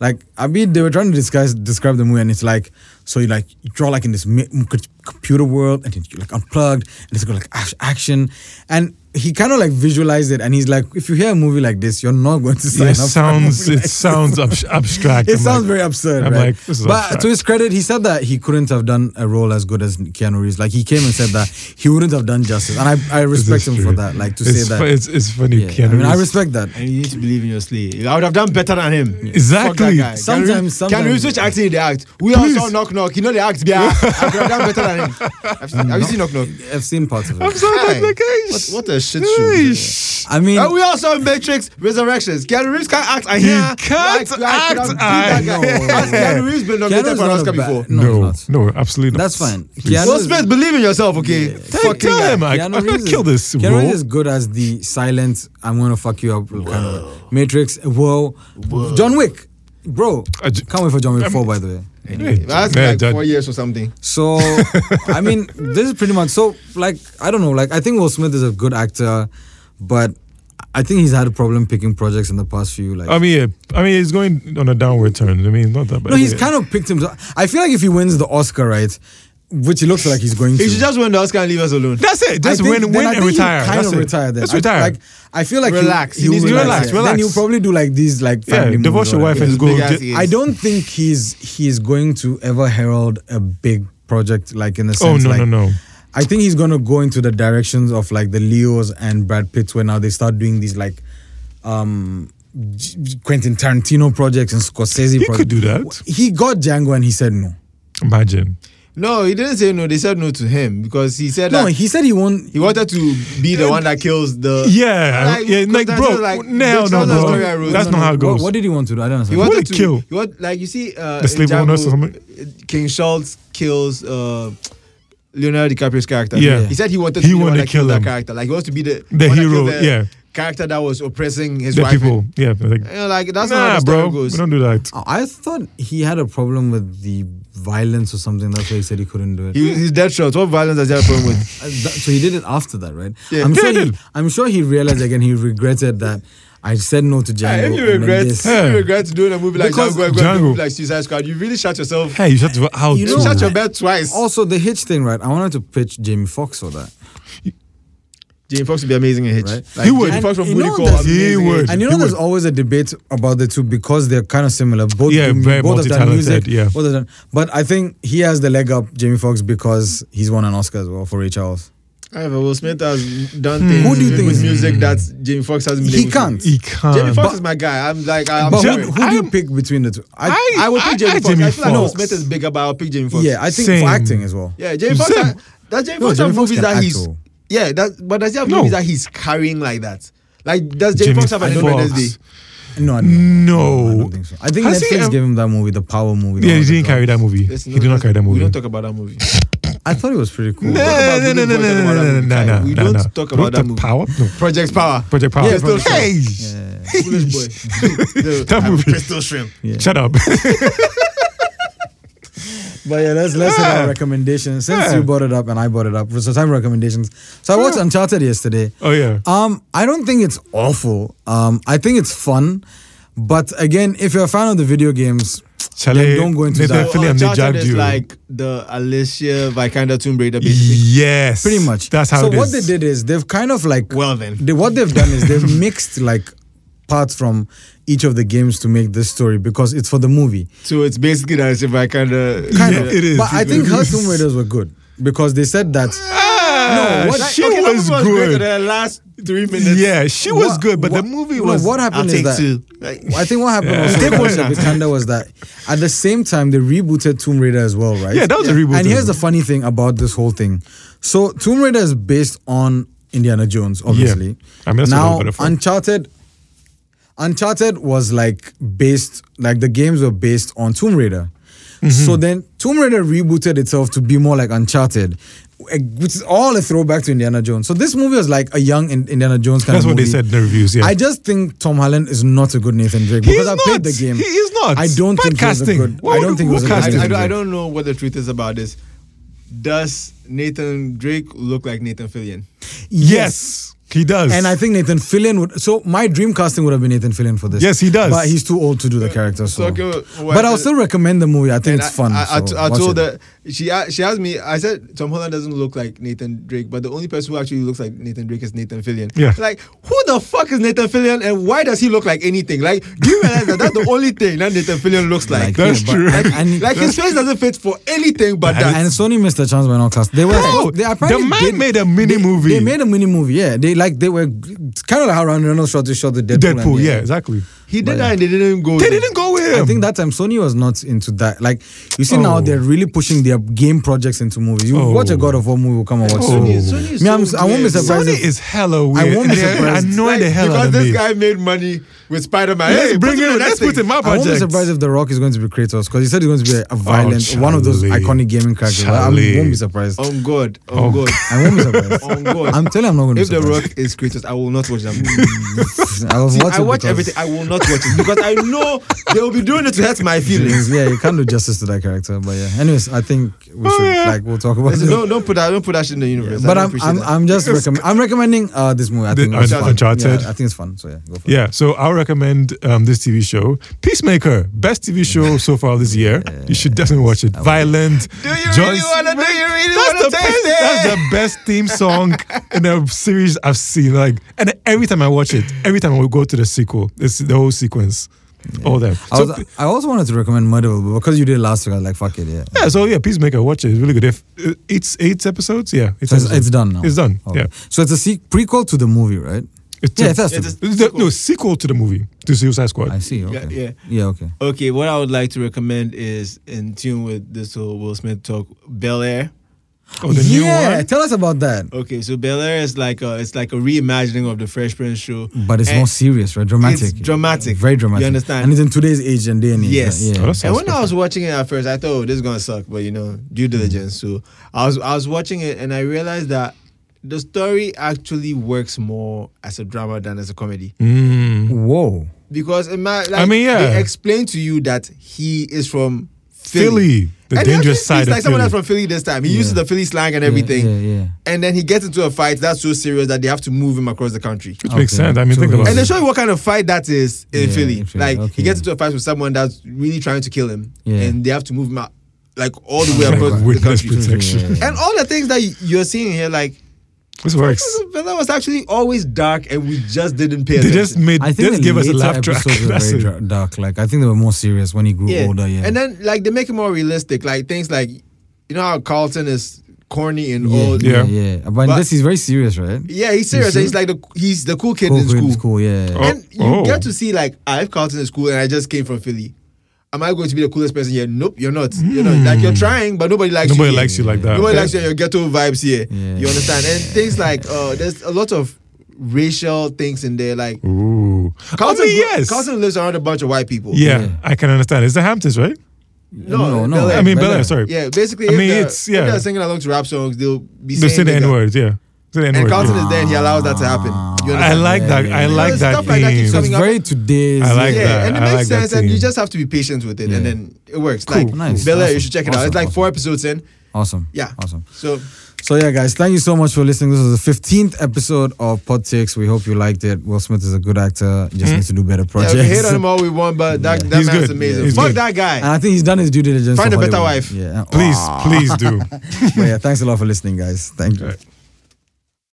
S3: like I mean they were trying to discuss describe the movie and it's like so you like you're all like in this ma- m- c- computer world and you're like unplugged and it's got like ac- action and. He kind of like visualized it, and he's like, "If you hear a movie like this, you're not going to
S2: it
S3: sign up." for a
S2: sounds
S3: movie
S2: it
S3: like this."
S2: sounds abs- abstract.
S3: It
S2: I'm
S3: sounds
S2: like-
S3: very absurd.
S2: I'm
S3: right?
S2: like, this is
S3: but
S2: abstract.
S3: to his credit, he said that he couldn't have done a role as good as Keanu Reeves. Like he came and said that he wouldn't have done justice, and I, I
S2: This is
S3: respect him for
S2: true.
S3: that. Like to
S2: it's
S3: say
S2: fu-
S3: that.
S2: it's, it's funny.
S3: yeah, I
S2: Keanu
S3: mean, I
S2: Reeves-
S3: respect that.
S1: And you need to believe in your slave. I would have done better than him. Fuck that
S2: Exactly.
S1: guy.
S3: Sometimes-
S1: can you,
S3: sometimes-
S1: Can you switch acting in the act? We all saw Knock Knock. You know the act, yeah. I could have done better than him. I've seen, have you seen Knock Knock?
S3: I've seen parts of
S2: I'm
S3: it.
S2: so
S1: Hey,
S2: like, hey,
S1: what-
S2: sh-
S1: what a shit show.
S2: hey, sh-
S3: I mean,
S1: And we all saw Matrix Resurrections. Keanu Reeves can't act. I
S2: He
S1: hear.
S2: can't
S1: Like, like,
S2: act,
S1: like, that guy.
S2: I
S3: know.
S1: Has Keanu Reeves been nominated
S3: Keanu's
S1: for an
S3: not a
S1: Oscar
S3: bad-
S1: before?
S3: No,
S2: No,
S3: it's
S2: no, absolutely not.
S3: That's fine.
S2: Please.
S3: Keanu-
S1: Will Smith, believe in yourself, okay?
S2: Tell,
S1: Fucking
S2: tell
S1: guy.
S2: him, I,
S3: Keanu
S2: I
S3: Reeves
S2: can
S3: is-
S2: kill this.
S3: Keanu
S2: bro.
S3: Reeves is good as the silent "I'm gonna fuck you up" kind of Matrix. Whoa, John Wick, bro.
S2: I ju-
S3: Can't wait for John Wick
S2: I mean-
S3: Four, by the way.
S2: Uh, Um, Hey,
S1: That's
S2: man,
S1: like
S2: that-
S1: four years or something.
S3: So, I mean, this is pretty much so. Like, I don't know. Like, I think Will Smith is a good actor, but I think he's had a problem picking projects in the past few. Like,
S2: I mean, yeah. I mean, he's going on a downward turn. I mean, it's not that bad.
S3: no, he's
S2: Yeah.
S3: kind of picked himself. I feel like if he wins the Oscar, right, which it looks like he's going to,
S1: He should just win the Oscar and leave us alone.
S2: That's it. Just
S3: I think-
S2: win,
S3: then
S2: win,
S3: I
S2: and
S3: think he'll
S2: retire.
S3: Kind
S2: That's
S3: of
S2: it.
S3: retire. Then
S2: Just
S3: I-
S2: retire.
S3: like, I feel like
S1: Relax. He
S3: He,
S1: needs
S2: to relax,
S3: Then
S2: relax.
S3: he'll probably do like these like
S2: yeah,
S3: family
S2: divorce
S3: movies or
S2: your wife
S3: whatever.
S2: and
S1: whatever. Big
S2: go.
S1: ass
S2: get-
S1: ear.
S3: I don't think he's he's going to ever herald a big project like in the
S2: Oh
S3: sense.
S2: no,
S3: like,
S2: no, no.
S3: I think he's gonna go into the directions of like the Leos and Brad Pitts, where now they start doing these like um G- G- Quentin Tarantino projects and Scorsese.
S2: He
S3: projects.
S2: could do that.
S3: He got Django and he said no.
S2: Imagine.
S1: No, he didn't say no. They said no to him because he said
S3: No,
S1: that
S3: he said he won't.
S1: he wanted to be the one that kills the.
S2: Yeah, yeah, like
S1: that's
S2: bro,
S1: just like-
S2: no,
S1: that's
S2: no,
S1: not the story I
S2: bro.
S1: wrote.
S2: That's
S1: No,
S2: not
S1: no.
S2: how it
S3: What,
S2: goes.
S3: what did he want to do? I don't
S1: He
S3: understand.
S1: wanted
S2: did
S1: to
S2: he kill?
S1: He want, like you see, uh,
S2: The
S1: in
S2: slave owners or
S1: Django,
S2: something?
S1: King Schultz kills uh, Leonardo DiCaprio's character.
S2: Yeah.
S1: he said he wanted to
S2: He
S1: be the one
S2: wanted
S1: that
S2: to kill
S1: killed that
S2: him.
S1: character. Like he wants to be the
S2: The
S1: one that
S2: hero,
S1: killed the
S2: yeah.
S1: character that was oppressing his
S2: The
S1: wife.
S2: people. Yeah. Like,
S1: You know, like that's not how
S2: nah,
S1: the story
S2: bro.
S1: goes.
S2: We don't do that.
S3: Oh, I thought he had a problem with the violence or something. That's why he said he couldn't do it.
S1: He, he's dead shot. What violence does he have a problem with?
S3: Uh, that- so he did it after that, right?
S1: Yeah.
S3: I'm
S2: Yeah,
S3: sure.
S2: he
S3: He,
S2: did.
S3: I'm sure he realized again. He regretted that I said no to Django.
S1: if you
S3: and then
S1: regret,
S3: this.
S1: if you regret doing a movie like
S3: Because-
S1: Django, and going to a
S2: Django.
S1: movie like Suicide Squad, you really shot yourself.
S2: Hey, you shut the out.
S3: You
S1: You
S3: know-
S1: shot your bed twice.
S3: Also, the Hitch thing, right? I wanted to pitch Jamie Foxx for that.
S1: Jamie Foxx would be amazing in Hitch.
S3: Right.
S1: Like,
S2: He would.
S1: Jamie Foxx from
S3: And you
S1: Booty
S3: know
S1: Call.
S3: there's-
S1: amazing
S2: He
S1: in
S2: would.
S1: Hitch.
S3: And you know,
S2: He
S3: there's
S2: would.
S3: always a debate about the two because they're kind of similar. Both,
S2: Yeah,
S3: do-
S2: very
S3: both have done music.
S2: multi-talented, yeah.
S3: Both have done, but I think he has the leg up, Jamie Foxx, because he's won an Oscar as well for Ray Charles.
S1: However, Will Smith has done things
S3: Who do you
S1: with
S3: think is-
S1: music that Jamie Foxx hasn't been
S3: He
S1: able to do.
S3: can't.
S2: He can't.
S1: Jamie Foxx is my guy. I'm like, I'm
S3: But who,
S1: sorry.
S2: Jamie-
S3: who do you
S2: I'm-
S3: pick between the two?
S2: I-
S1: I would pick Jamie
S2: I- I-
S1: Foxx.
S2: Jamie
S1: I feel like Will
S2: Foxx.
S1: Smith is bigger, but I'll pick Jamie Foxx.
S3: yeah, I think
S2: Same.
S3: for acting as well.
S1: yeah, Jamie Foxx.
S2: Same.
S1: that- That Jamie
S3: No,
S1: Fox
S3: Jamie
S1: have
S3: Foxx
S1: movies
S3: can
S1: that
S3: act,
S1: he's.
S3: though.
S1: Yeah, that but does he have
S2: No.
S1: movies that he's carrying like that? Like does Jamie
S2: Jamie
S1: Foxx have an
S2: Foxx.
S1: Independence Day?
S3: No, I don't,
S2: No.
S3: I don't think so. I think
S2: Oh. Has he
S3: Netflix
S2: ever-
S3: gave him that movie, the Power movie. the
S2: Yeah,
S3: one
S2: he
S3: with the
S2: didn't carry that movie.
S1: Listen,
S2: He did
S1: no,
S2: not carry that
S1: We
S2: movie.
S1: don't talk about that movie.
S3: dog. I thought it was pretty cool.
S2: No,
S3: but-
S1: about
S2: no, no,
S1: Blue
S2: no,
S1: Boy, talk about
S2: no, no,
S1: that
S2: no, no,
S1: movie. We
S2: no,
S1: don't
S2: no.
S1: talk about that
S2: Doctor
S1: movie.
S2: Power? No.
S1: Project Power.
S2: Project Power.
S1: Yeah, still
S2: Hey!
S1: Foolish boy. The-
S2: That
S1: I'm a
S2: movie.
S1: Crystal shrimp.
S3: Yeah.
S2: Shut up.
S3: But yeah, let's let's hit
S2: Yeah.
S3: our recommendations. Since
S2: Yeah.
S3: you brought it up and I brought it up, so time recommendations. So I watched Uncharted yesterday.
S2: Oh, yeah.
S3: Um, I don't think it's awful. Um, I think it's fun. But again, if you're a fan of the video games,
S2: Charlie,
S3: Then don't go into
S2: Nathan
S3: that.
S2: Fillion, they
S1: Uncharted
S2: jabbed
S1: is
S2: you.
S1: like the Alicia Vikander Tomb Raider. Basically.
S2: yes.
S3: pretty much.
S2: That's how
S3: So
S2: it is.
S3: what they did is they've kind of like
S1: Well then.
S3: they, what they've done is they've mixed like parts from each of the games to make this story because it's for the movie.
S1: So it's basically the Alicia Vikander.
S3: Kind
S2: Yeah,
S3: of.
S2: it is.
S3: But I
S2: It
S3: think her
S2: is.
S3: Tomb Raiders were good because they said that.
S2: Ah,
S3: No, what-
S2: she
S1: okay, that
S2: was
S1: movie Great
S2: good.
S1: the last three minutes.
S2: Yeah, she was
S3: What-
S2: good, but
S3: what-
S2: the movie
S3: no,
S2: was.
S3: what
S1: I'll
S3: happened is
S1: take
S3: that
S1: two. Like,
S3: I think what happened also
S1: Take
S3: with
S1: one
S3: Alicia
S1: now.
S3: Vikander was that at the same time they rebooted Tomb Raider as well, right?
S2: Yeah, that was a reboot.
S3: And here's the funny thing about this whole thing. So Tomb Raider is based on Indiana Jones, obviously.
S2: I mean, that's a little
S3: now
S2: bit of fun.
S3: Uncharted. Uncharted was like based, like the games were based on Tomb Raider. So
S2: Mm-hmm.
S3: then Tomb Raider rebooted itself to be more like Uncharted, eh, which is all a throwback to Indiana Jones. So this movie was like a young in- Indiana Jones kind
S2: That's
S3: of
S2: what
S3: movie.
S2: they said in the reviews, yeah.
S3: I just think Tom Holland is not a good Nathan Drake
S2: He
S3: because I
S2: is
S3: played the
S2: not.
S3: game.
S2: He is not.
S3: I don't
S2: Bad
S3: think
S2: casting.
S3: he was a good.
S2: Why
S3: I
S2: would-
S3: don't think he was
S2: who
S3: a good.
S2: cast
S1: I, I,
S2: him?
S3: Nathan
S1: don't, I
S3: Drake.
S1: don't know what the truth is about this. Does Nathan Drake look like Nathan Fillion?
S2: Yes, he does.
S3: And I think Nathan Fillion would. So my dream casting would have been Nathan Fillion for this.
S2: Yes, he does.
S3: But he's too old to do the character. So,
S1: okay, well,
S3: but I'll still recommend the movie. I
S1: And
S3: think it's fun.
S1: I, I,
S3: so
S1: I, I
S3: watch
S1: told
S3: it.
S1: her she a- she asked me. I said Tom Holland doesn't look like Nathan Drake, but the only person who actually looks like Nathan Drake is Nathan Fillion.
S2: Yeah.
S1: Like who the fuck is Nathan Fillion, and why does he look like anything? Like do you realize that that's the only thing that Nathan Fillion looks like?
S2: That's
S3: but-
S2: true.
S3: And, and-
S1: like his face doesn't fit for anything but that.
S3: and Sony missed their chance by not cast. They were.
S2: No,
S3: they
S2: the
S3: apparently
S2: man
S3: did-
S2: made a mini
S3: they-
S2: movie.
S3: They made a mini movie. Yeah, they like they were it's kind of like how Ryan Reynolds shot the shot the Deadpool.
S2: Deadpool,
S3: and-
S2: yeah, exactly.
S1: he did
S3: but-
S1: that, and they didn't go.
S2: They
S1: there.
S2: didn't go with him.
S3: I think that time Sony was not into that. Like you see now,
S2: Oh.
S3: they're really pushing their game projects into movies. You
S2: Oh.
S3: watch a God of War movie, will come and watch.
S1: Sony,
S3: Sony.
S1: is- Sony is
S3: Me,
S1: so
S3: I'm- I won't be
S1: weird.
S3: surprised
S2: Sony
S3: surprising.
S2: is hella weird.
S3: won't be
S2: They're
S3: surprised.
S2: annoying the hell
S1: because
S2: out of
S1: this
S2: me.
S1: guy made money with Spider Man.
S2: Let's
S1: Hey,
S2: bring
S1: put him
S2: it.
S1: in
S2: Let's
S1: that
S2: put
S1: thing.
S2: in my
S3: I won't be
S2: project.
S3: surprised if The Rock is going to be Kratos because he said he's going to be
S1: Oh,
S3: a violent, one of those
S2: Charlie.
S3: iconic gaming characters. I
S2: Charlie.
S3: won't be surprised.
S1: On Oh, God,
S2: Oh.
S1: on God,
S3: I won't be surprised.
S1: on God.
S3: I'm telling you, I'm not going to be
S1: Oh. if The
S3: surprised.
S1: Rock is Kratos, I will not watch that movie.
S3: I was
S1: See,
S3: watching
S1: I watch
S3: because-
S1: everything. I will not watch it because I know they will be doing it to hurt my feelings.
S3: yeah, you can't do justice to that character. But yeah, anyways, I think we should
S2: yeah.
S3: like we'll talk about
S1: Oh, Listen,
S3: it.
S1: don't don't put that don't put that shit in the universe.
S3: But
S1: I
S3: I'm I'm, I'm just recommend I'm recommending uh this movie. I
S2: The
S3: think it's fun.
S2: Uncharted.
S3: Yeah, I think it's fun. So yeah, go for it.
S2: Yeah, so I'll recommend um, this TV show, Peacemaker, best TV show so far this year. You should definitely watch it. Violent. Do
S1: you really wanna- do you really wanna
S2: that's the
S1: taste
S2: best,
S1: it?
S2: That's the best theme song in a series I've seen. Like, and every time I watch it, every time we go to the sequel, it's the whole sequence, all that.
S3: I,
S2: So,
S3: was, uh, I also wanted to recommend Murderville but because you did last week. I was like, fuck it, yeah.
S2: yeah, so yeah, Peacemaker, watch it. It's really good. If uh, it's eight episodes, yeah,
S3: So it's, it's
S2: episodes.
S3: done now.
S2: It's done.
S3: Okay.
S2: Yeah,
S3: So it's a se- prequel to the movie, right?
S2: it's
S3: Yeah, it has
S1: It
S3: to.
S1: is-
S3: be.
S2: it's the- no sequel to the movie to Suicide Squad.
S3: I see. Okay.
S1: yeah.
S3: Okay.
S1: Okay, what I would like to recommend is in tune with this whole Will Smith talk, Bel Air.
S2: Oh, the new
S3: yeah.
S2: one.
S3: Tell us about that.
S1: Okay, so Bel Air is like a, it's like a reimagining of the Fresh Prince show,
S3: But it's
S1: And
S3: more serious, right? Dramatic.
S1: It's dramatic.
S3: Very dramatic.
S1: You understand?
S3: And it's in today's age and day and age.
S1: Yes.
S3: Yeah.
S2: Oh, that's
S1: And when I was watching it at first, I thought oh, this is gonna suck, but you know, due diligence.
S2: Mm.
S1: So I was I was watching it and I realized that the story actually works more as a drama than as a comedy
S2: Mm.
S3: Whoa.
S1: because in my, like,
S2: I mean, yeah.
S1: they explain to you that he is from Philly,
S2: Philly, the
S1: And he actually
S2: dangerous
S1: speaks
S2: side
S1: like
S2: of
S1: someone
S2: Philly.
S1: that's from Philly this time. He uses the Philly slang and
S3: Yeah,
S1: everything.
S3: Yeah. Yeah.
S1: And then he gets into a fight that's so serious that they have to move him across the country.
S2: Which makes
S3: Okay.
S2: sense. I mean,
S3: So
S2: think
S3: he's-
S2: about
S1: And they
S2: it.
S1: show you what kind of fight that is in
S3: Yeah,
S1: Philly.
S3: in Philly,
S1: Like
S3: okay.
S1: he gets into a fight with someone that's really trying to kill him,
S3: Yeah. Oh
S1: and they have to move him out, like all the way
S2: Like
S1: across the
S2: witness
S1: country.
S2: protection.
S1: And all the things that you're seeing here, like
S2: This works.
S1: this fella was actually always dark, and we just didn't pay
S2: They
S1: attention.
S2: just made.
S3: I
S2: They
S3: think
S2: just
S3: the
S2: gave us a
S3: later
S2: laugh track.
S3: episodes were
S2: That's
S3: very
S2: it.
S3: dra- dark. Like I think they were more serious when he grew
S1: yeah.
S3: older. Yeah.
S1: And then like they make it more realistic, like things like you know how Carlton is corny and
S3: yeah,
S1: old.
S3: yeah,
S2: Yeah.
S3: yeah. But,
S1: But-
S3: this is very serious, right?
S1: Yeah, he's serious. and
S3: see?
S1: he's like the he's the cool kid
S3: Cool,
S1: in
S3: cool,
S1: school.
S3: it's cool, yeah.
S2: Oh,
S1: And you
S2: oh.
S1: get to see like ah, if Carlton is cool and I just came from Philly. Am I going to be the coolest person here? Nope, you're not. You're not. Like you're trying, but nobody likes
S2: Hmm. Nobody
S1: you.
S2: likes you like that.
S1: Nobody likes you. Your ghetto vibes here.
S3: Yeah.
S1: You understand? And things like uh, there's a lot of racial things in there. Like
S2: Ooh. I
S1: Carlton,
S2: mean, yes.
S1: Carlton lives around a bunch of white people.
S2: yeah,
S3: Yeah.
S2: I can understand. It's the Hamptons, right?
S1: No, Bel Air.
S2: I mean, Bel
S3: Bel
S2: Air.
S3: Air.
S2: Sorry.
S1: Yeah, basically,
S2: I
S1: if,
S2: mean,
S1: they're,
S2: it's- yeah.
S1: if they're singing along to rap songs, they'll be
S2: They say
S1: saying
S2: the N
S1: nigga.
S2: word. Yeah. Say the N
S1: And
S2: word.
S1: Carlton
S2: yeah.
S1: is there, and he allows that to happen. You
S2: I
S1: understand?
S2: like that.
S3: Yeah,
S2: I
S3: yeah,
S2: like
S1: yeah.
S2: that
S1: Stuff like that
S2: theme.
S1: keeps
S3: So it's
S1: coming up-
S3: very today's.
S2: I like
S1: yeah,
S2: that.
S1: and it
S2: I
S1: makes
S2: like that
S1: sense, and you
S2: thing.
S1: just have to be patient with it, and
S3: Yeah.
S1: then it works.
S2: Cool,
S1: Like
S3: nice,
S1: Bel Air, you
S3: awesome,
S1: should check it out.
S3: awesome,
S1: It's like four
S3: awesome.
S1: episodes in.
S3: Awesome.
S1: Yeah.
S3: Awesome.
S1: So
S3: So yeah, guys, thank you so much for listening. This was the 15th episode of Pod Takes. We hope you liked it. Will Smith is a good actor. He Just needs to do better
S1: Hmm? yeah,
S3: projects.
S1: we hate uh, on him all we want, but that, that
S2: He's
S1: man's
S2: good.
S1: amazing.
S2: Yeah, he's
S1: Fuck
S2: good.
S1: that
S3: and
S1: guy.
S3: I think he's done his due diligence.
S1: Find
S3: for
S1: a better
S3: Hollywood.
S1: wife.
S3: Yeah.
S2: Please, please do.
S3: But yeah, thanks a lot for listening, guys. Thank you.
S2: Right.